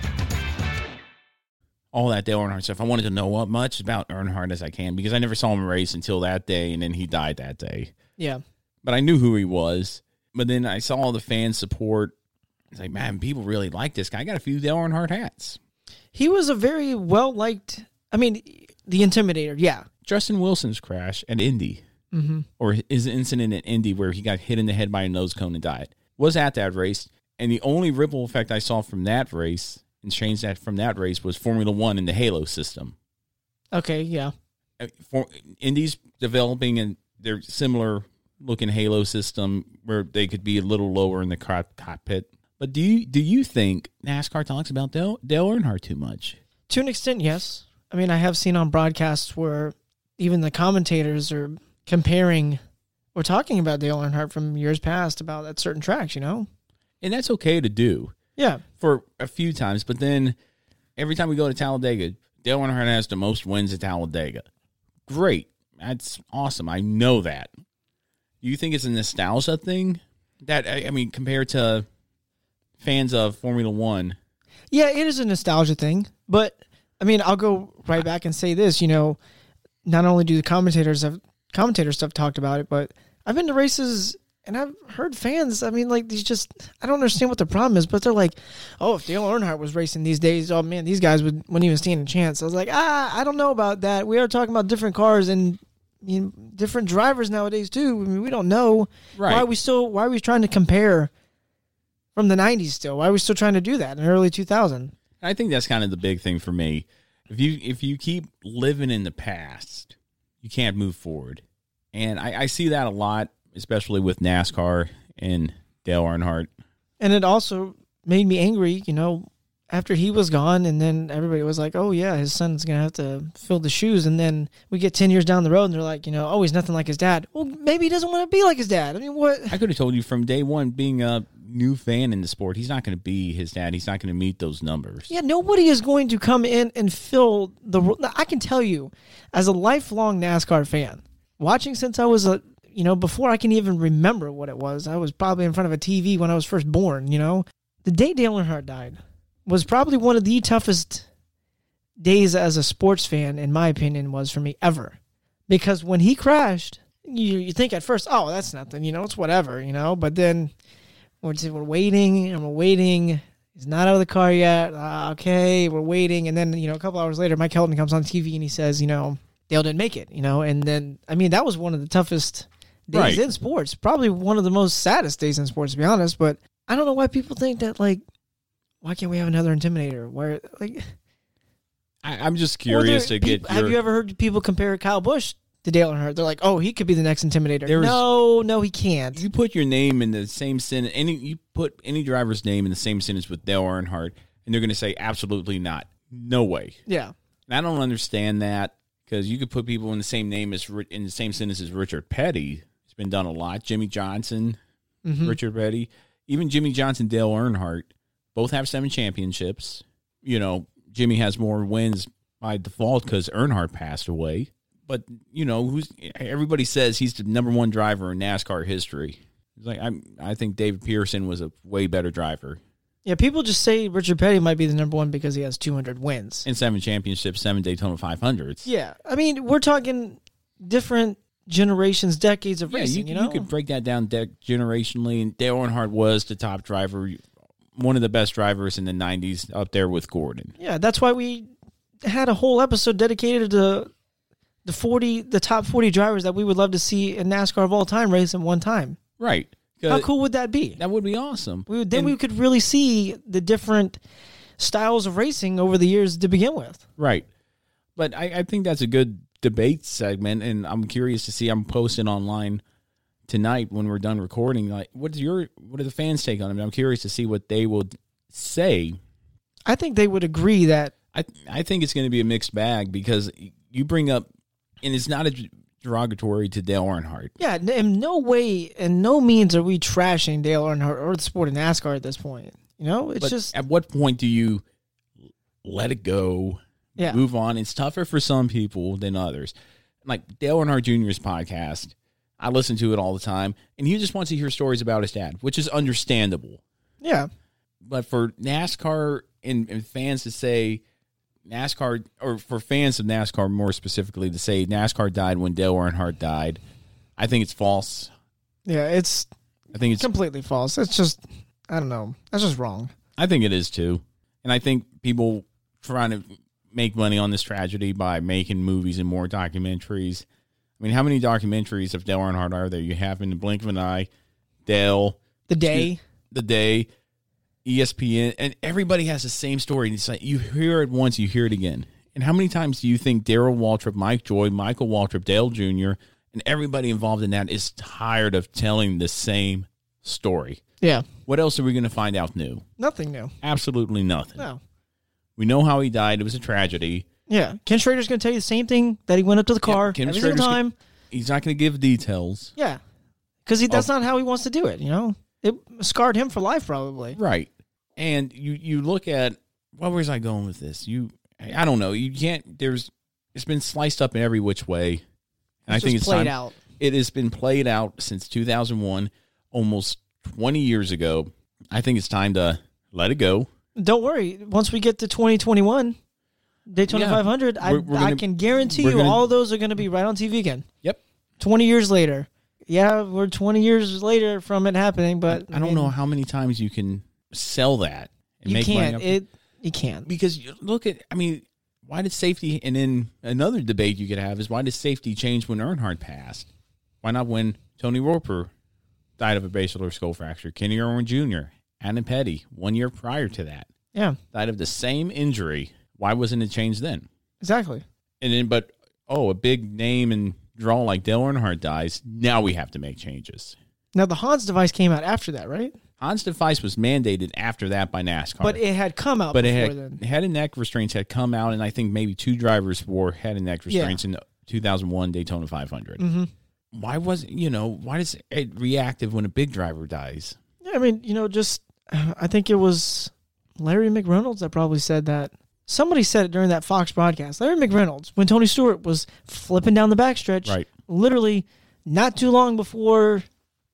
Speaker 2: all that Dale Earnhardt stuff. I wanted to know as much about Earnhardt as I can because I never saw him race until that day, and then he died that day.
Speaker 3: Yeah,
Speaker 2: But I knew who he was. But then I saw all the fan support. It's like, man, people really like this guy. I got a few Dale Earnhardt hats.
Speaker 3: he was a very well liked. I mean, the Intimidator. Yeah.
Speaker 2: Justin Wilson's crash at Indy,
Speaker 3: Mm-hmm.
Speaker 2: or his incident at Indy where he got hit in the head by a nose cone and died, was at that race. And the only ripple effect I saw from that race and changed that from that race was Formula One and the Halo system.
Speaker 3: Okay. Yeah.
Speaker 2: I mean, for Indy's developing and their similar looking Halo system where they could be a little lower in the co- cockpit. But do you do you think NASCAR talks about Dale, Dale Earnhardt too much?
Speaker 3: To an extent, yes. I mean, I have seen on broadcasts where even the commentators are comparing or talking about Dale Earnhardt from years past about that certain tracks, you know?
Speaker 2: And that's okay to do
Speaker 3: Yeah.
Speaker 2: for a few times, but then every time we go to Talladega, Dale Earnhardt has the most wins at Talladega. Great. That's awesome. I know that. Do you think it's a nostalgia thing? That I I mean, compared to fans of Formula One,
Speaker 3: Yeah, it is a nostalgia thing. But I mean, I'll go right back and say this, you know, not only do the commentators have commentators stuff talked about it, but I've been to races And I've heard fans, I mean, like, these just, I don't understand what the problem is, but they're like, oh, if Dale Earnhardt was racing these days, oh man, these guys would, wouldn't even stand a chance. I was like, ah, I don't know about that. We are talking about different cars and you know, different drivers nowadays, too. I mean, we don't know.
Speaker 2: Right.
Speaker 3: Why are we still, why are we trying to compare from the 90s still? Why are we still trying to do that in early 2000?
Speaker 2: I think that's kind of the big thing for me. If you if you keep living in the past, you can't move forward. And I, I see that a lot, especially with NASCAR and Dale Earnhardt.
Speaker 3: And it also made me angry, you know, after he was gone, and then everybody was like, oh, yeah, his son's going to have to fill the shoes. And then we get 10 years down the road, and they're like, you know, oh, he's nothing like his dad. Well, maybe he doesn't want to be like his dad. I mean, what?
Speaker 2: I could have told you from day one, being a new fan in the sport, he's not going to be his dad. He's not going to meet those numbers.
Speaker 3: Yeah, nobody is going to come in and fill the role. I can tell you, as a lifelong NASCAR fan, watching since I was a, you know, before I can even remember what it was, I was probably in front of a TV when I was first born, you know. The day Dale Earnhardt died was probably one of the toughest days as a sports fan, in my opinion, was for me ever. Because when he crashed, you, you think at first, oh, that's nothing, you know, it's whatever, you know, but then we're, just, we're waiting and we're waiting. He's not out of the car yet. Ah, okay, we're waiting. And then, you know, a couple hours later, Mike Helton comes on TV and he says, you know, Dale didn't make it, you know, and then, I mean, that was one of the toughest days
Speaker 2: Right.
Speaker 3: in sports. Probably one of the most saddest days in sports, to be honest. But I don't know why people think that, like, why can't we have another Intimidator? Where, like,
Speaker 2: I, I'm just curious
Speaker 3: Well, there-
Speaker 2: to get.
Speaker 3: peop- Have
Speaker 2: your-
Speaker 3: you ever heard people compare Kyle Bush to Dale Earnhardt? They're like, oh, he could be the next Intimidator.
Speaker 2: There was-
Speaker 3: no, no, he can't.
Speaker 2: you put your name in the same sentence. Any you put any driver's name in the same sentence with Dale Earnhardt, and they're going to say absolutely not, no way.
Speaker 3: Yeah.
Speaker 2: And I don't understand that because you could put people in the same name as Ri- in the same sentence as Richard Petty. It's been done a lot. Jimmy Johnson,
Speaker 3: Mhm.
Speaker 2: Richard Petty, even Jimmy Johnson, Dale Earnhardt, both have seven championships. You know, Jimmy has more wins by default because Earnhardt passed away. But you know, who's everybody says he's the number one driver in NASCAR history. It's like I, I think David Pearson was a way better driver
Speaker 3: Yeah, people just say Richard Petty might be the number one because he has 200 wins.
Speaker 2: in seven championships, seven Daytona 500s.
Speaker 3: Yeah, I mean, we're talking different generations, decades of
Speaker 2: Yeah,
Speaker 3: racing.
Speaker 2: you,
Speaker 3: You,
Speaker 2: you
Speaker 3: know,
Speaker 2: could break that down de- generationally. And Dale Earnhardt was the top driver, one of the best drivers in the '90s, up there with Gordon.
Speaker 3: yeah, that's why we had a whole episode dedicated to the 40, the top 40 drivers that we would love to see in NASCAR of all time race at one time.
Speaker 2: Right?
Speaker 3: How cool would that be?
Speaker 2: That would be awesome.
Speaker 3: We would, then we could really see the different styles of racing over the years to begin with.
Speaker 2: Right. But I, I think that's a good debate segment, and I'm curious to see. I'm posting online tonight when we're done recording. Like, what's your what are the fans' take on it? I'm curious to see what they will say.
Speaker 3: I think they would agree that
Speaker 2: I I think it's going to be a mixed bag because you bring up, and it's not a derogatory to Dale Earnhardt.
Speaker 3: yeah, n- in no way and no means are we trashing Dale Earnhardt or the sport of NASCAR at this point. You know, it's
Speaker 2: But
Speaker 3: just
Speaker 2: at what point do you let it go,
Speaker 3: Yeah.
Speaker 2: move on? It's tougher for some people than others. Like Dale Earnhardt Jr.'s podcast, I listen to it all the time, and he just wants to hear stories about his dad, which is understandable.
Speaker 3: yeah,
Speaker 2: But for NASCAR and, and fans to say NASCAR, or for fans of NASCAR more specifically, to say NASCAR died when Dale Earnhardt died, I think it's false.
Speaker 3: yeah, it's
Speaker 2: I think it's
Speaker 3: completely false. It's just I don't know. That's just wrong.
Speaker 2: I think it is too. And I think people trying to make money on this tragedy by making movies and more documentaries. I mean, how many documentaries of Dale Earnhardt are there? You have in the blink of an eye, Dale,
Speaker 3: The day.
Speaker 2: the day, E ESPN, and everybody has the same story. And it's like you hear it once, you hear it again. And how many times do you think Daryl Waltrip, Mike Joy, Michael Waltrip, Dale Jr., and everybody involved in that is tired of telling the same story?
Speaker 3: Yeah,
Speaker 2: What else are we going to find out new?
Speaker 3: nothing new.
Speaker 2: Absolutely nothing.
Speaker 3: No.
Speaker 2: We know how he died. It was a tragedy.
Speaker 3: Yeah, Ken Schrader's going to tell you the same thing that he went up to the car
Speaker 2: Ken
Speaker 3: every
Speaker 2: Schrader's
Speaker 3: single
Speaker 2: gonna-
Speaker 3: time.
Speaker 2: He's not going to give details.
Speaker 3: yeah, because that's
Speaker 2: Oh.
Speaker 3: not how he wants to do it. You know, it scarred him for life probably.
Speaker 2: Right. And you you look at well, where's I going with this? You I I don't know. You can't there's it's been sliced up in every which way. And I
Speaker 3: It's
Speaker 2: think
Speaker 3: just
Speaker 2: it's
Speaker 3: played
Speaker 2: time-
Speaker 3: out.
Speaker 2: It has been played out since 2001, almost 20 years ago. I think it's time to let it go.
Speaker 3: Don't worry. Once we get to 2021, Daytona
Speaker 2: Yeah.
Speaker 3: 500, I,
Speaker 2: We're- we're
Speaker 3: I
Speaker 2: gonna-
Speaker 3: can guarantee
Speaker 2: we're
Speaker 3: you
Speaker 2: gonna-
Speaker 3: all those are going to be right on TV again.
Speaker 2: Yep.
Speaker 3: 20 years later, yeah, we're 20 years later from it happening, but
Speaker 2: I don't know how many times you can sell that and
Speaker 3: You
Speaker 2: make
Speaker 3: can't.
Speaker 2: money. off-
Speaker 3: It you can't.
Speaker 2: because you look at I mean, why did safety and then another debate you could have is why did safety change when Earnhardt passed? Why not when Tony Roper died of a basilar skull fracture? Kenny Irwin Jr., Adam Petty, one year prior to that,
Speaker 3: Yeah,
Speaker 2: died of the same injury. Why wasn't it changed then?
Speaker 3: exactly.
Speaker 2: And then but oh, a big name and draw like Dale Earnhardt dies, now we have to make changes.
Speaker 3: Now the Hans device came out after that, right?
Speaker 2: Hans device was mandated after that by NASCAR.
Speaker 3: But it had come out
Speaker 2: but it
Speaker 3: before
Speaker 2: had
Speaker 3: then.
Speaker 2: head and neck restraints had come out, and I think maybe two drivers wore head and neck
Speaker 3: Yeah.
Speaker 2: restraints in the 2001 Daytona 500.
Speaker 3: Mhm.
Speaker 2: Why wasn't you know why does it reactive when a big driver dies?
Speaker 3: Yeah, I mean, you know, just I think it was Larry McReynolds that probably said that. Somebody said it during that Fox broadcast. Larry McReynolds, when Tony Stewart was flipping down the backstretch,
Speaker 2: Right.
Speaker 3: literally not too long before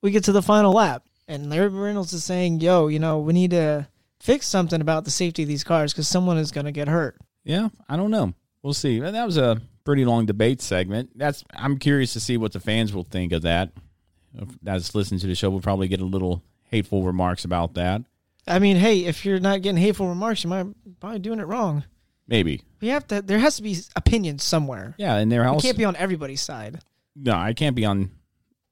Speaker 3: we get to the final lap. And Larry McReynolds is saying, yo, you know, we need to fix something about the safety of these cars because someone is going to get hurt.
Speaker 2: Yeah, I don't know. We'll see. That was a pretty long debate segment. That's I'm curious to see what the fans will think of that. If That's listening to the show. We'll probably get a little hateful remarks about that.
Speaker 3: I mean, hey, if you're not getting hateful remarks, you might probably doing it wrong.
Speaker 2: Maybe.
Speaker 3: We have to, there has to be opinions somewhere.
Speaker 2: Yeah, and there
Speaker 3: We
Speaker 2: also
Speaker 3: can't be on everybody's side.
Speaker 2: no, I can't be on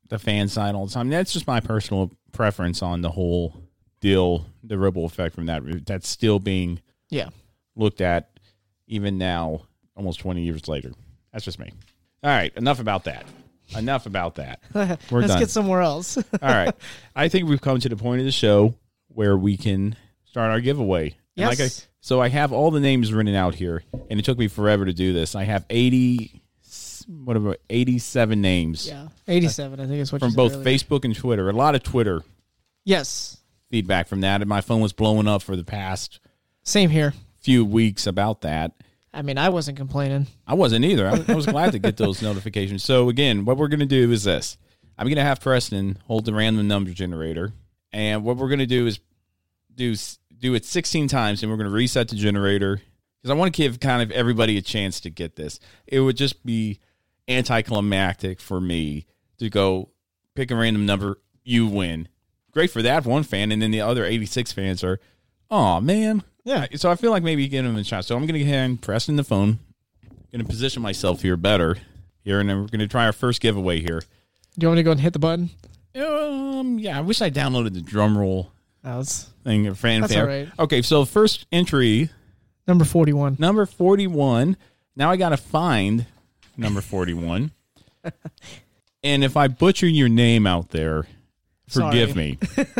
Speaker 2: the fan side all the time. That's just my personal preference on the whole deal, the ripple effect from that. That's still being
Speaker 3: Yeah.
Speaker 2: looked at even now, almost 20 years later. That's just me. All right, enough about that. Enough about that. We're
Speaker 3: Let's
Speaker 2: done.
Speaker 3: get somewhere else.
Speaker 2: all right. I think we've come to the point of the show where we can start our giveaway. And Like I,
Speaker 3: Yes.
Speaker 2: so I have all the names written out here, and it took me forever to do this. I have 80, what about 87 names.
Speaker 3: Yeah, 87, I think is what you
Speaker 2: from
Speaker 3: said
Speaker 2: both
Speaker 3: earlier.
Speaker 2: Facebook and Twitter. A lot of Twitter
Speaker 3: Yes,
Speaker 2: feedback from that, and my phone was blowing up for the past
Speaker 3: same here.
Speaker 2: few weeks about that.
Speaker 3: I mean, I wasn't complaining.
Speaker 2: I wasn't either. I, I was glad to get those notifications. So again, what we're going to do is this: I'm going to have Preston hold the random number generator, and what we're going to do is do s- do it 16 times, and we're going to reset the generator because I want to give kind of everybody a chance to get this. It would just be anticlimactic for me to go pick a random number, you win. Great for that one fan, and then the other 86 fans are, oh man, yeah. So I feel like maybe giving them a shot. So I'm going to go ahead and press in the phone going to position myself here better here, and then we're going to try our first giveaway here.
Speaker 3: Do you want me to go and hit the button?
Speaker 2: Um, yeah, I wish I downloaded the drum roll
Speaker 3: That's
Speaker 2: thing. of Fan
Speaker 3: That's
Speaker 2: fan.
Speaker 3: all right.
Speaker 2: Okay, so first entry,
Speaker 3: number 41.
Speaker 2: number forty-one. Now I got to find number forty-one, and if I butcher your name out there, forgive
Speaker 3: Sorry.
Speaker 2: me.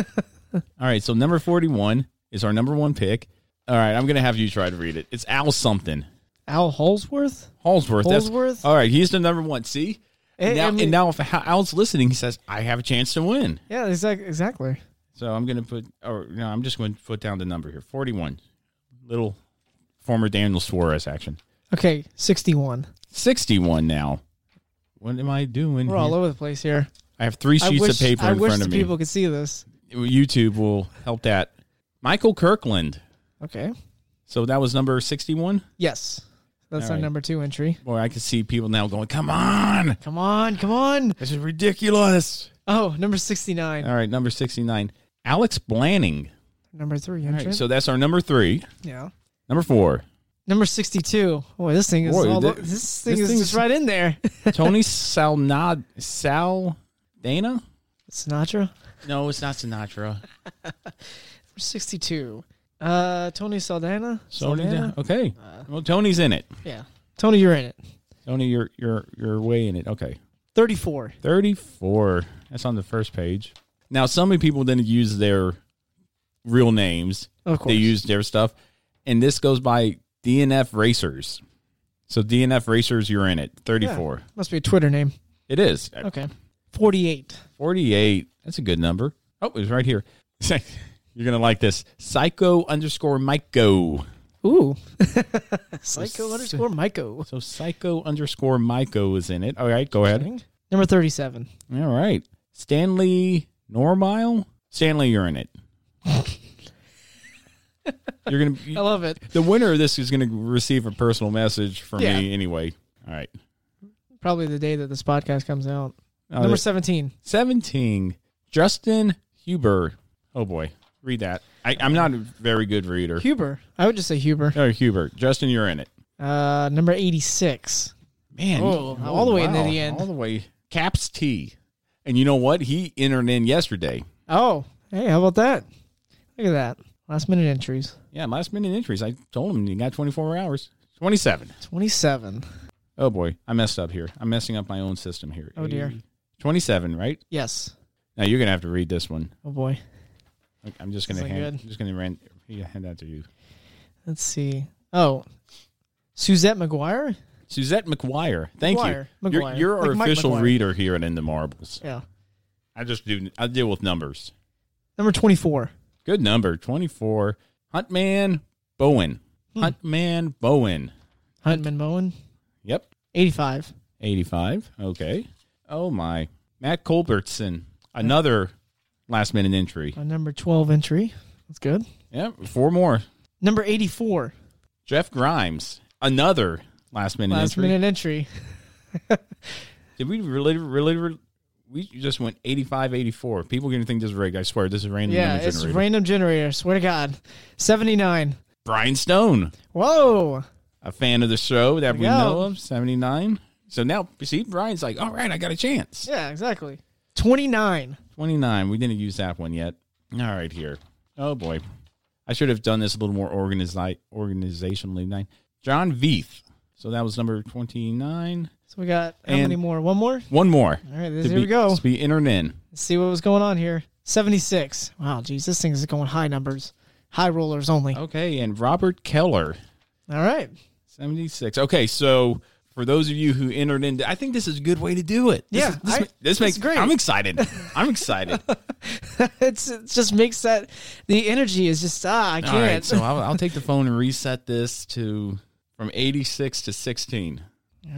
Speaker 2: all right, so number forty-one is our number one pick. All right, I'm going to have you try to read it. It's Al something.
Speaker 3: Al Holsworth?
Speaker 2: Holsworth. that's-
Speaker 3: Holsworth?
Speaker 2: All right, he's the number one. See,
Speaker 3: Eh,
Speaker 2: now,
Speaker 3: I mean-
Speaker 2: and now if Al's listening, he says, "I have a chance to win."
Speaker 3: Yeah, exactly. exactly.
Speaker 2: So I'm going to put, or no, I'm just going to put down the number here, forty-one. Little former Daniel Suarez action.
Speaker 3: Okay, 61.
Speaker 2: Sixty-one now. What am I doing?
Speaker 3: We're all
Speaker 2: here?
Speaker 3: over the place here.
Speaker 2: I have three
Speaker 3: I
Speaker 2: sheets
Speaker 3: wish-
Speaker 2: of paper
Speaker 3: I
Speaker 2: in
Speaker 3: wish
Speaker 2: front
Speaker 3: the
Speaker 2: of me.
Speaker 3: people could see this.
Speaker 2: YouTube will help that. Michael Kirkland.
Speaker 3: Okay.
Speaker 2: So that was number sixty-one.
Speaker 3: Yes. That's
Speaker 2: All
Speaker 3: our
Speaker 2: right.
Speaker 3: number two entry.
Speaker 2: Boy, I can see people now going, "Come on,
Speaker 3: Come on, come on.
Speaker 2: this is ridiculous."
Speaker 3: Oh, number 69.
Speaker 2: All right, number sixty-nine, Alex Blanning.
Speaker 3: Number three
Speaker 2: All
Speaker 3: entry.
Speaker 2: right, so that's our number three.
Speaker 3: yeah.
Speaker 2: Number four,
Speaker 3: Number 62. Boy, this thing is
Speaker 2: Boy,
Speaker 3: all,
Speaker 2: thi-
Speaker 3: this thing
Speaker 2: this
Speaker 3: is
Speaker 2: thing's-
Speaker 3: just right in there.
Speaker 2: Tony Salnad Saldana.
Speaker 3: Sinatra?
Speaker 2: No, it's not Sinatra.
Speaker 3: 62. Uh, Tony Saldana?
Speaker 2: Tony.
Speaker 3: Saldana?
Speaker 2: Okay.
Speaker 3: Uh.
Speaker 2: Well, Tony's in it.
Speaker 3: Yeah. Tony, you're in it.
Speaker 2: Tony, you're you're you're way in it. Okay.
Speaker 3: 34.
Speaker 2: Thirty-four. That's on the first page. Now, some people didn't use their real names.
Speaker 3: Of course.
Speaker 2: They used their stuff, and this goes by DNF Racers. So DNF Racers, you're in it. Thirty-four.
Speaker 3: Yeah, must be a Twitter name.
Speaker 2: It is.
Speaker 3: Okay. 48.
Speaker 2: 48. That's a good number. Oh, it's right here. You're going to like this. Psycho underscore Myco.
Speaker 3: Ooh. Psycho underscore Myco.
Speaker 2: So psycho underscore Myco is in it. All right, go ahead.
Speaker 3: Interesting. Number 37.
Speaker 2: All right. Stanley Normile. Stanley, you're in it. you're going
Speaker 3: I
Speaker 2: to.
Speaker 3: love it.
Speaker 2: The winner of this is going to receive a personal message from
Speaker 3: Yeah.
Speaker 2: me anyway. All right.
Speaker 3: Probably the day that this podcast comes out.
Speaker 2: Oh,
Speaker 3: Number
Speaker 2: there-
Speaker 3: 17.
Speaker 2: 17. Justin Huber. Oh, boy. Read that. I, I'm not a very good reader.
Speaker 3: Huber. I would just say Huber.
Speaker 2: Oh, Huber. Justin, you're in it.
Speaker 3: Uh, number 86.
Speaker 2: Man,
Speaker 3: Oh,
Speaker 2: you-
Speaker 3: all the way
Speaker 2: wow,
Speaker 3: into the end.
Speaker 2: All the way. Caps T. And you know what? He entered in yesterday.
Speaker 3: Oh, hey, how about that? Look at that. Last minute entries.
Speaker 2: Yeah, last minute entries. I told him you got 24 hours. 27.
Speaker 3: 27.
Speaker 2: Oh, boy. I messed up here. I'm messing up my own system here.
Speaker 3: Oh, dear.
Speaker 2: 27, right?
Speaker 3: Yes.
Speaker 2: Now you're going to have to read this one.
Speaker 3: Oh, boy.
Speaker 2: I'm just going to
Speaker 3: This ain't
Speaker 2: hand,
Speaker 3: good.
Speaker 2: I'm just going to hand, yeah, hand that to you.
Speaker 3: Let's see. Oh, Suzette McGuire?
Speaker 2: Suzette McGuire. Thank
Speaker 3: McGuire.
Speaker 2: you. You're,
Speaker 3: McGuire.
Speaker 2: you're our
Speaker 3: Like Mike
Speaker 2: official
Speaker 3: McGuire.
Speaker 2: reader here at In the Marbles.
Speaker 3: Yeah.
Speaker 2: I just do. I deal with numbers.
Speaker 3: Number 24.
Speaker 2: Good number, twenty-four. Huntman Bowen.
Speaker 3: Hmm.
Speaker 2: Huntman Bowen.
Speaker 3: Huntman Bowen.
Speaker 2: Yep.
Speaker 3: 85.
Speaker 2: Eighty-five. Okay. Oh my. Matt Culbertson. Another last-minute entry.
Speaker 3: A number 12 entry. That's good.
Speaker 2: Yep. Four more.
Speaker 3: Number 84.
Speaker 2: Jeff Grimes. Another last-minute
Speaker 3: Last
Speaker 2: entry.
Speaker 3: minute entry.
Speaker 2: Did we really, really, really? We just went 85, 84. People are going to think this is rigged. I swear, this is random.
Speaker 3: yeah,
Speaker 2: number
Speaker 3: it's
Speaker 2: generator.
Speaker 3: random generator. Swear to God. 79.
Speaker 2: Brian Stone.
Speaker 3: Whoa.
Speaker 2: a fan of the show that
Speaker 3: There
Speaker 2: we
Speaker 3: you go.
Speaker 2: know of, 79. So now, you see, Brian's like, all right, I got a chance.
Speaker 3: Yeah, exactly. 29.
Speaker 2: 29. We didn't use that one yet. All right, here. Oh, boy. I should have done this a little more organizi- organizationally. Nine. John Veith. So that was number 29.
Speaker 3: So we got how
Speaker 2: And-
Speaker 3: many more? One more?
Speaker 2: One more.
Speaker 3: All right, this-
Speaker 2: To
Speaker 3: here we
Speaker 2: be-
Speaker 3: go.
Speaker 2: To be entered in.
Speaker 3: Let's see what was going on here. 76. Wow, geez, this thing is going high numbers. High rollers only.
Speaker 2: Okay, and Robert Keller.
Speaker 3: All right.
Speaker 2: 76. Okay, so for those of you who entered in, I think this is a good way to do it. This
Speaker 3: Yeah,
Speaker 2: is- this,
Speaker 3: I-
Speaker 2: ma- this
Speaker 3: it's
Speaker 2: makes
Speaker 3: great.
Speaker 2: I'm excited. I'm excited.
Speaker 3: it's it just makes that the energy is just ah I
Speaker 2: All
Speaker 3: can't.
Speaker 2: right, so I'll, I'll take the phone and reset this to from 86 to 16.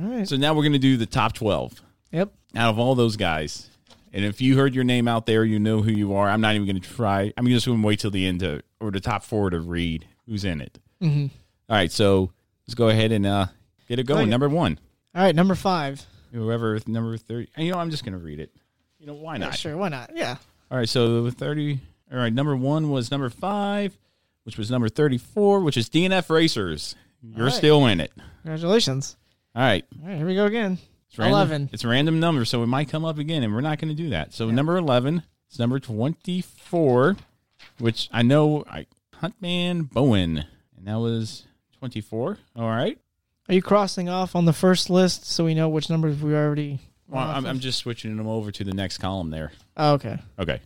Speaker 3: All right.
Speaker 2: So now we're going to do the top 12
Speaker 3: Yep.
Speaker 2: out of all those guys. And if you heard your name out there, you know who you are. I'm not even going to try. I'm just going to wait till the end to, or the top four to read who's in it.
Speaker 3: Mhm.
Speaker 2: All right, so let's go ahead and uh, get it going.
Speaker 3: Okay.
Speaker 2: Number one,
Speaker 3: All right, number five.
Speaker 2: whoever with number 30. You know, I'm just going to read it. You know, why
Speaker 3: Yeah,
Speaker 2: not?
Speaker 3: sure, why not? Yeah.
Speaker 2: All right, so the 30. All right, number one was number five, which was number 34, which is DNF Racers. You're
Speaker 3: right.
Speaker 2: still in it.
Speaker 3: Congratulations.
Speaker 2: All right.
Speaker 3: All right, here we go again.
Speaker 2: It's random,
Speaker 3: Eleven.
Speaker 2: It's a random number, so it might come up again, and we're not going to do that. So number 11 is number 24, which I know I Huntman Bowen, and that was 24. All right.
Speaker 3: Are you crossing off on the first list so we know which numbers we already?
Speaker 2: Well,
Speaker 3: off
Speaker 2: I'm,
Speaker 3: of?
Speaker 2: I'm just switching them over to the next column there.
Speaker 3: Oh, okay.
Speaker 2: Okay.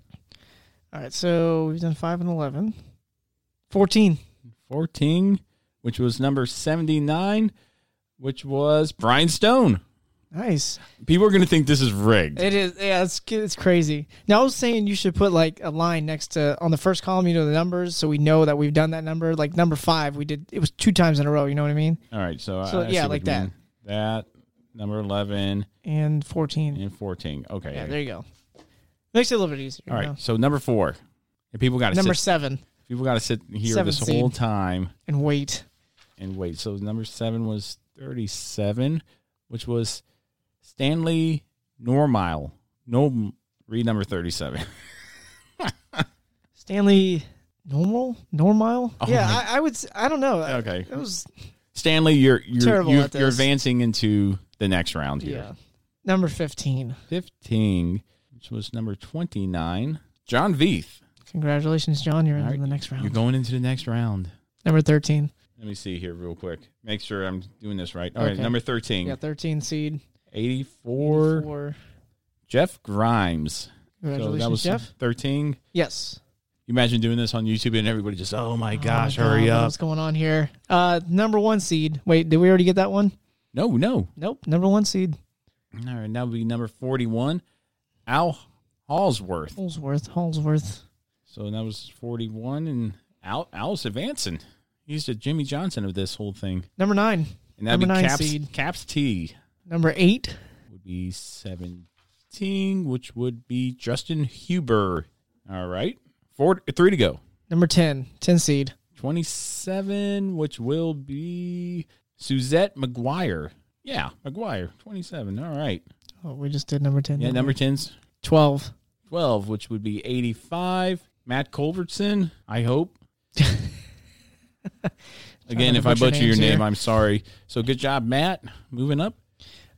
Speaker 3: All right, so we've done five and eleven. Fourteen.
Speaker 2: 14, which was number 79, which was Brian Stone.
Speaker 3: Nice.
Speaker 2: People are going to think this is rigged.
Speaker 3: It is. Yeah, it's it's crazy. Now I was saying you should put like a line next to on the first column. You know the numbers, so we know that we've done that number. Like number five, we did. It was two times in a row. You know what I mean?
Speaker 2: All right, so,
Speaker 3: So,
Speaker 2: I, I
Speaker 3: yeah,
Speaker 2: see what
Speaker 3: like
Speaker 2: you
Speaker 3: that.
Speaker 2: mean. That number 11
Speaker 3: And fourteen.
Speaker 2: and 14. Okay.
Speaker 3: Yeah, there you go. Makes it a little bit easier.
Speaker 2: All
Speaker 3: you know?
Speaker 2: right, so number 4. And people got to
Speaker 3: Number
Speaker 2: sit,
Speaker 3: seven
Speaker 2: People got to sit here
Speaker 3: Seven
Speaker 2: this whole
Speaker 3: seed.
Speaker 2: time
Speaker 3: and wait.
Speaker 2: and wait. So number 7 was 37, which was Stanley Normile. No read number 37.
Speaker 3: Stanley normal normal.
Speaker 2: Oh
Speaker 3: yeah,
Speaker 2: my-
Speaker 3: I, I would. s- I don't know.
Speaker 2: Okay.
Speaker 3: It was
Speaker 2: Stanley, you're you're
Speaker 3: Terrible
Speaker 2: you're,
Speaker 3: at
Speaker 2: you're
Speaker 3: this.
Speaker 2: advancing into the next round here.
Speaker 3: yeah. Number fifteen.
Speaker 2: 15, which was number 29. John Veith.
Speaker 3: Congratulations, John. You're
Speaker 2: All
Speaker 3: in
Speaker 2: right,
Speaker 3: the next round.
Speaker 2: You're going into the next round.
Speaker 3: Number thirteen.
Speaker 2: Let me see here real quick. Make sure I'm doing this right. All right,
Speaker 3: Okay.
Speaker 2: number 13.
Speaker 3: Yeah, thirteen seed.
Speaker 2: 84,
Speaker 3: Four.
Speaker 2: Jeff Grimes.
Speaker 3: Congratulations,
Speaker 2: that was
Speaker 3: Jeff.
Speaker 2: 13.
Speaker 3: Yes.
Speaker 2: You imagine doing this on YouTube and everybody just, oh my
Speaker 3: Oh my
Speaker 2: gosh,
Speaker 3: God,
Speaker 2: hurry up.
Speaker 3: What's going on here? Uh, number one seed. Wait, did we already get that one?
Speaker 2: No, no.
Speaker 3: Nope. Number one seed.
Speaker 2: All right, that would be number 41, Al Hallsworth.
Speaker 3: Holsworth. Holsworth.
Speaker 2: So that was 41, and Al, Al's advancing. He's the Jimmy Johnson of this whole thing.
Speaker 3: Number nine.
Speaker 2: And that'd
Speaker 3: Number
Speaker 2: be
Speaker 3: nine
Speaker 2: Caps,
Speaker 3: seed.
Speaker 2: Caps T.
Speaker 3: Number eight.
Speaker 2: would be 17, which would be Justin Huber. All right. Four, three to go.
Speaker 3: Number 10. 10 seed.
Speaker 2: 27, which will be Suzette McGuire. Yeah, McGuire, 27. All right.
Speaker 3: Oh, we just did number 10.
Speaker 2: Yeah,
Speaker 3: didn't
Speaker 2: number
Speaker 3: we?
Speaker 2: 10s.
Speaker 3: 12.
Speaker 2: 12, which would be 85. Matt Culvertson, I hope. Again,
Speaker 3: to
Speaker 2: if I
Speaker 3: butcher
Speaker 2: butcher your
Speaker 3: names
Speaker 2: name,
Speaker 3: here.
Speaker 2: I'm sorry. So good job, Matt. Moving up.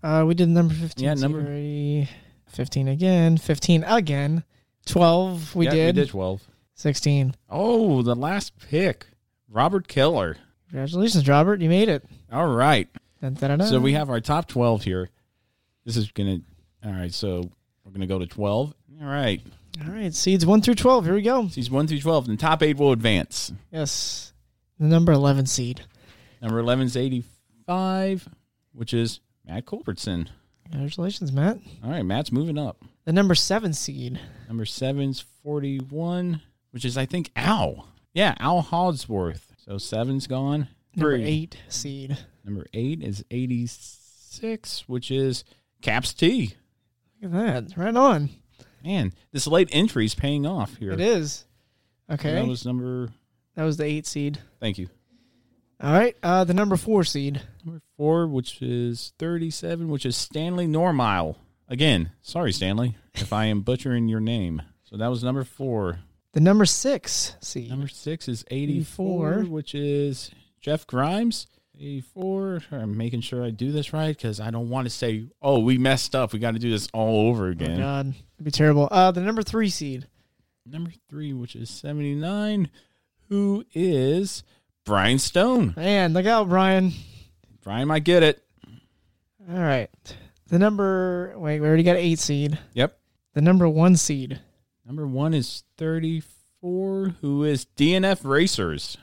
Speaker 3: Uh, we did number 15.
Speaker 2: Yeah,
Speaker 3: so
Speaker 2: number-
Speaker 3: you're already- 15 again. 15 again. 12 we
Speaker 2: Yeah,
Speaker 3: did.
Speaker 2: We did 12.
Speaker 3: 16.
Speaker 2: Oh, the last pick, Robert Keller.
Speaker 3: Congratulations, Robert. You made it.
Speaker 2: All right.
Speaker 3: Dun-dun-dun-dun.
Speaker 2: So we have our top 12 here. This is going to, all right. So we're going to go to 12. All right.
Speaker 3: All right, seeds 1 through 12. Here we go.
Speaker 2: Seeds 1 through 12. And top eight will advance.
Speaker 3: Yes. The number 11 seed.
Speaker 2: Number 11 is 85, which is Matt Culbertson.
Speaker 3: Congratulations, Matt.
Speaker 2: All right. Matt's moving up.
Speaker 3: The number 7 seed.
Speaker 2: Number seven's 41, which is, I think, Al. Yeah, Al Hodsworth. So seven's gone.
Speaker 3: Number 8 seed.
Speaker 2: Number eight is 86, which is Caps T.
Speaker 3: Look at that. Right on.
Speaker 2: Man, this late entry is paying off here.
Speaker 3: It is.
Speaker 2: And
Speaker 3: Okay.
Speaker 2: That was number.
Speaker 3: the 8 seed.
Speaker 2: Thank you.
Speaker 3: All right. Uh, the number 4 seed.
Speaker 2: Number four, which is 37, which is Stanley Normile. Again, sorry, Stanley, if I am butchering your name. So that was number four.
Speaker 3: The number 6 seed.
Speaker 2: Number six is 84,
Speaker 3: 84.
Speaker 2: which is Jeff Grimes. 84. I'm making sure I do this right because I don't want to say, oh, we messed up. We got to do this all over
Speaker 3: Oh,
Speaker 2: again.
Speaker 3: God. It'd be terrible. Uh, the number 3 seed.
Speaker 2: Number three, which is 79, who is Brian Stone.
Speaker 3: Man, look out, Brian.
Speaker 2: Brian might get it.
Speaker 3: All right. The number wait, we already got eight seed.
Speaker 2: Yep.
Speaker 3: The number one seed.
Speaker 2: Number one is 34, who is DNF Racers.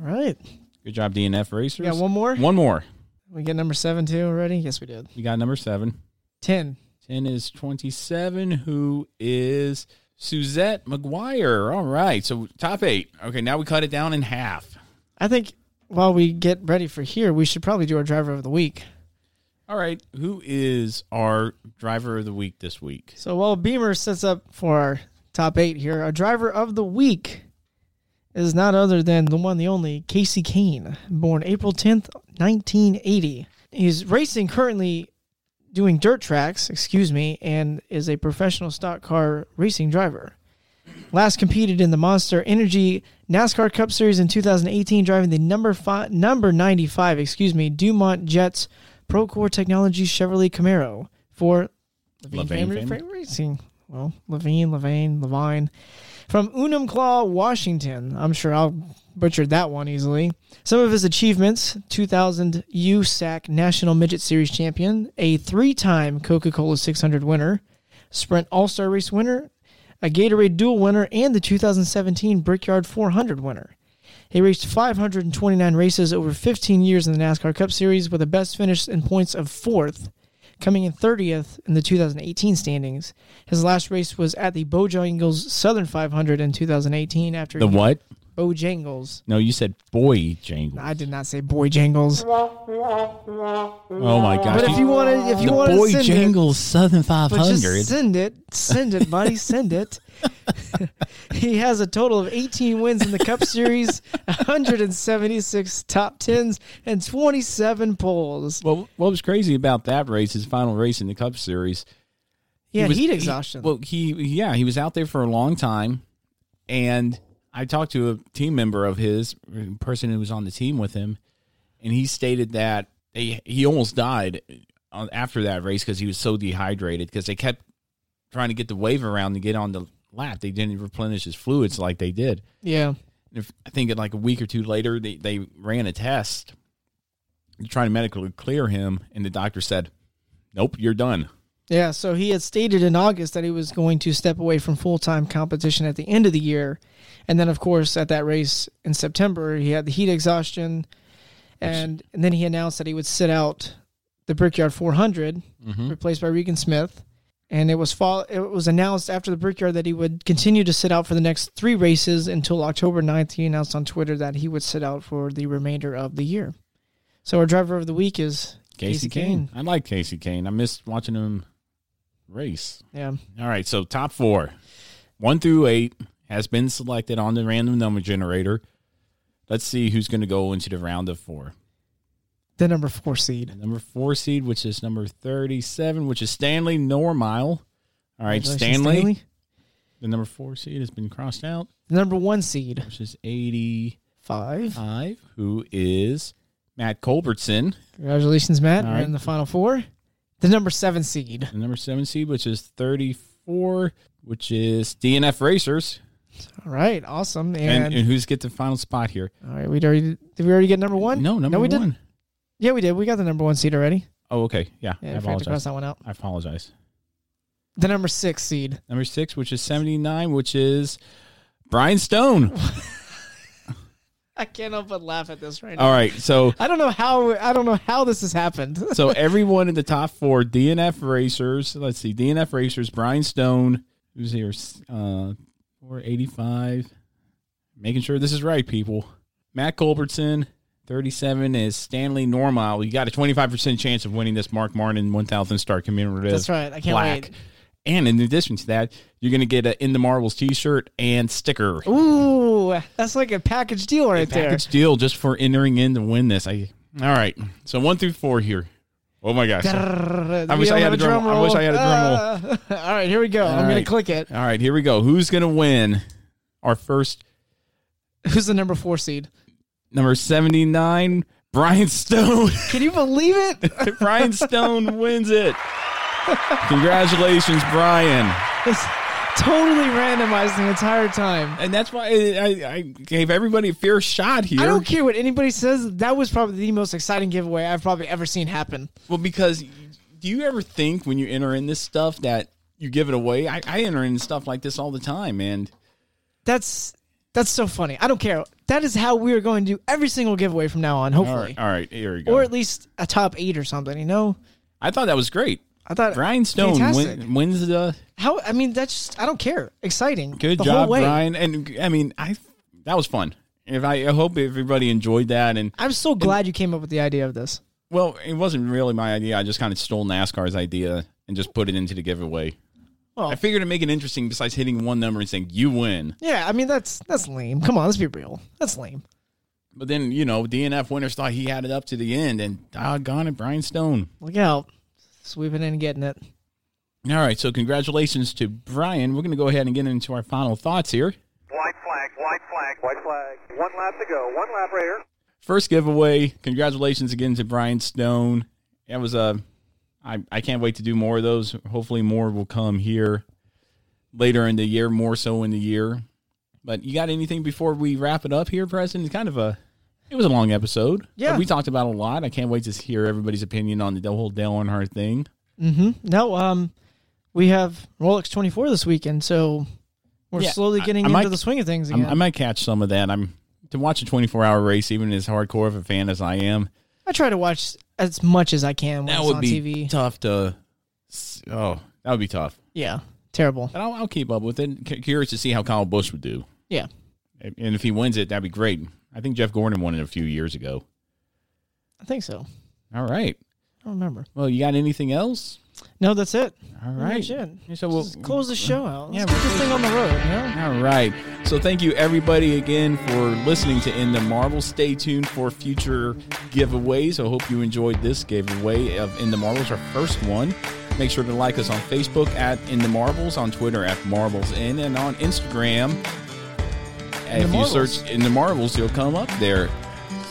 Speaker 3: All right.
Speaker 2: Good job, DNF Racers.
Speaker 3: Yeah, one more?
Speaker 2: One more.
Speaker 3: We get number seven too already? Yes we did.
Speaker 2: You got number seven.
Speaker 3: Ten.
Speaker 2: 10 is 27, who is Suzette McGuire. All right. So top eight. Okay. Now we cut it down in half.
Speaker 3: I think while we get ready for here, we should probably do our driver of the week.
Speaker 2: All right. Who is our driver of the week this week?
Speaker 3: So while Beamer sets up for our top eight here, our driver of the week is not other than the one, the only Casey Kane, born April 10th, 1980. He's racing currently doing dirt tracks, excuse me, and is a professional stock car racing driver. Last competed in the Monster Energy NASCAR Cup Series in 2018, driving the number five, number 95, excuse me, Dumont Jets Procore Technology Chevrolet Camaro for Levine,
Speaker 2: Levine
Speaker 3: family,
Speaker 2: family?
Speaker 3: Fra- Racing. Well, Levine, Levine, Levine, from Unumclaw, Washington. I'm sure I'll butcher that one easily. Some of his achievements: 2000 USAC National Midget Series champion, a three-time Coca-Cola 600 winner, Sprint All-Star Race winner, a Gatorade Duel winner, and the 2017 Brickyard 400 winner. He raced 529 races over 15 years in the NASCAR Cup Series with a best finish in points of fourth, coming in 30th in the 2018 standings. His last race was at the Bojangles Southern 500 in 2018 after
Speaker 2: The what?
Speaker 3: Bojangles.
Speaker 2: No, you said boy jangle.
Speaker 3: I did not say Bojangles.
Speaker 2: Oh my gosh.
Speaker 3: But if you want to, if you
Speaker 2: the
Speaker 3: want
Speaker 2: boy
Speaker 3: to send it,
Speaker 2: jangles Southern
Speaker 3: but
Speaker 2: 500.
Speaker 3: just send it, send it, buddy, send it. he has a total of 18 wins in the Cup Series, 176 top tens, and 27 poles.
Speaker 2: Well, what was crazy about that race, his final race in the Cup Series,
Speaker 3: Yeah,
Speaker 2: was-
Speaker 3: heat exhaustion.
Speaker 2: well, he yeah, he was out there for a long time, and I talked to a team member of his, a person who was on the team with him, and he stated that they, he almost died on, after that race because he was so dehydrated because they kept trying to get the wave around to get on the lap. They didn't replenish his fluids like they did.
Speaker 3: yeah,
Speaker 2: And if, I think like a week or two later, they, they ran a test to try to medically clear him, and the doctor said, "Nope, you're done."
Speaker 3: yeah. So he had stated in August that he was going to step away from full time competition at the end of the year, and then of course at that race in September he had the heat exhaustion, and, and then he announced that he would sit out the Brickyard 400,
Speaker 2: Mm-hmm.
Speaker 3: replaced by Regan Smith. and it was fall, it was announced after the brickyard that he would continue to sit out for the next three races until October 9th. He announced on Twitter that he would sit out for the remainder of the year. So our driver of the week is
Speaker 2: Casey, Kane. I like Casey Kane. I missed watching him race.
Speaker 3: Yeah.
Speaker 2: All right, so top four, one through eight has been selected on the random number generator. Let's see who's going to go into the round of four.
Speaker 3: The number four seed.
Speaker 2: Number four seed, which is number 37, which is Stanley Normile. All right,
Speaker 3: Congratulations,
Speaker 2: Stanley.
Speaker 3: Stanley.
Speaker 2: The number four seed has been crossed out,
Speaker 3: The number one seed. Uh,
Speaker 2: which is 85,
Speaker 3: Five.
Speaker 2: who is Matt Culbertson.
Speaker 3: Congratulations, Matt.
Speaker 2: All
Speaker 3: You're
Speaker 2: right.
Speaker 3: in the final four. The number seven seed.
Speaker 2: The number seven seed, which is 34, which is DNF Racers.
Speaker 3: All right. Awesome.
Speaker 2: And,
Speaker 3: And,
Speaker 2: and, who's get the final spot here?
Speaker 3: all right, we already did we already get number one?
Speaker 2: No, number
Speaker 3: we
Speaker 2: one.
Speaker 3: didn't. Yeah, we did. We got the number one seed already.
Speaker 2: Oh, okay. Yeah,
Speaker 3: Yeah,
Speaker 2: I
Speaker 3: we forgot to cross
Speaker 2: apologize.
Speaker 3: that one out.
Speaker 2: I apologize.
Speaker 3: The number six seed.
Speaker 2: Number six, which is 79, which is Brian Stone.
Speaker 3: I can't help but laugh at this right now.
Speaker 2: All right, so
Speaker 3: I don't know how I don't know how this has happened.
Speaker 2: so eh, everyone in the top four DNF racers. Let's see, DNF racers. Brian Stone, who's here, uh, four eighty five. Making sure this is right, people. Matt Culbertson, thirty seven is Stanley Normile. You got a twenty five percent chance of winning this Mark Martin one thousandth star commemorative.
Speaker 3: That's right. I can't
Speaker 2: plaque.
Speaker 3: wait.
Speaker 2: And in addition to that, you're going to get a In the Marbles t shirt and sticker.
Speaker 3: Ooh, that's like a package deal right there.
Speaker 2: Package deal just for entering in to win this. I all right. So one through four here. Oh my gosh!
Speaker 3: Grrr,
Speaker 2: I wish
Speaker 3: we
Speaker 2: I had
Speaker 3: don't
Speaker 2: a
Speaker 3: have
Speaker 2: drum. roll. I wish I had a drum roll.
Speaker 3: drum roll. Ah. all right, here we go.
Speaker 2: All
Speaker 3: I'm gonna
Speaker 2: right.
Speaker 3: click it.
Speaker 2: All right, here we go. Who's gonna win? Our first
Speaker 3: Who's the number four seed?
Speaker 2: number seventy nine, Brian Stone.
Speaker 3: Can you believe it?
Speaker 2: Brian Stone wins it. Congratulations, Brian.
Speaker 3: It's totally randomized the entire time.
Speaker 2: And that's why I, I, I gave everybody a fair shot here.
Speaker 3: I don't care what anybody says. That was probably the most exciting giveaway I've probably ever seen happen.
Speaker 2: Well, because do you ever think when you enter in this stuff that you give it away? I, I enter in stuff like this all the time, and
Speaker 3: That's that's so funny. I don't care. That is how we are going to do every single giveaway from now on,
Speaker 2: all
Speaker 3: hopefully.
Speaker 2: right, all right, here we go.
Speaker 3: Or at least a top eight or something, you know?
Speaker 2: I thought that was great.
Speaker 3: I thought
Speaker 2: Brian Stone
Speaker 3: fantastic.
Speaker 2: win, wins the
Speaker 3: How I mean that's just I don't care. Exciting.
Speaker 2: Good
Speaker 3: the
Speaker 2: job,
Speaker 3: whole way.
Speaker 2: Brian. And I mean, I that was fun. If I, I hope everybody enjoyed that. And
Speaker 3: I'm so glad you came up with the idea of this.
Speaker 2: well, it wasn't really my idea. I just kind of stole NASCAR's idea and just put it into the giveaway.
Speaker 3: Well-
Speaker 2: I figured to make it interesting, besides hitting one number and saying you win.
Speaker 3: Yeah, I mean that's that's lame. Come on, let's be real. That's lame.
Speaker 2: But then you know, DNF winners thought he had it up to the end, and doggone it, Brian Stone.
Speaker 3: Look out. Sweeping in and getting it.
Speaker 2: All right, so congratulations to Brian. We're going to go ahead and get into our final thoughts here.
Speaker 4: White flag, white flag, white flag. One lap to go. One lap, Raider.
Speaker 2: First giveaway. Congratulations again to Brian Stone. That was a. I I can't wait to do more of those. Hopefully, more will come here later in the year, more so in the year. But you got anything before we wrap it up here, President? It's kind of a. It was a long episode. but
Speaker 3: Yeah.
Speaker 2: we talked about a lot. I can't wait to hear everybody's opinion on the whole Dale Earnhardt thing.
Speaker 3: Mm-hmm. No, um, we have Rolex 24 this weekend, so we're
Speaker 2: Yeah,
Speaker 3: slowly
Speaker 2: I-
Speaker 3: getting
Speaker 2: I
Speaker 3: into
Speaker 2: might-
Speaker 3: the swing of things
Speaker 2: I'm-
Speaker 3: again.
Speaker 2: I might catch some of that. I'm to watch a 24 hour race, even as hardcore of a fan as I am.
Speaker 3: I try to watch as much as I can when
Speaker 2: That
Speaker 3: it's
Speaker 2: would
Speaker 3: on
Speaker 2: be
Speaker 3: TV.
Speaker 2: tough to. Oh, that would be tough.
Speaker 3: Yeah, terrible.
Speaker 2: But I'll, I'll keep up with it. C- curious to see how Kyle Bush would do,
Speaker 3: Yeah,
Speaker 2: and and if he wins it, that'd be great. I think Jeff Gordon won it a few years ago.
Speaker 3: I think so.
Speaker 2: All right.
Speaker 3: I don't remember.
Speaker 2: Well, you got anything else?
Speaker 3: No, that's it.
Speaker 2: All
Speaker 3: Pretty much
Speaker 2: right.
Speaker 3: it.
Speaker 2: So we'll
Speaker 3: Let's close the show out. Let's
Speaker 2: Yeah,
Speaker 3: get this thing on the road. You know?
Speaker 2: All right. So thank you everybody again for listening to In the Marble. Stay tuned for future giveaways. I hope you enjoyed this giveaway of In the Marbles, our first one. Make sure to like us on Facebook at In the Marbles, on Twitter at Marbles In, and on Instagram.
Speaker 3: the
Speaker 2: if you
Speaker 3: Marbles.
Speaker 2: search In the Marbles, you'll come up there.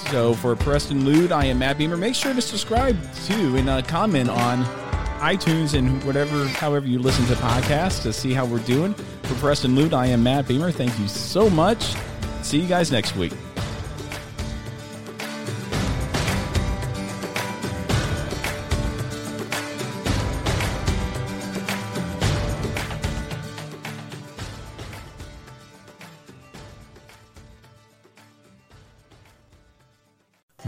Speaker 2: So for Preston Lude, I am Matt Beamer. Make sure to subscribe too and uh, comment on iTunes and whatever, however you listen to podcasts to see how we're doing. For Preston Lude, I am Matt Beamer. Thank you so much. See you guys next week.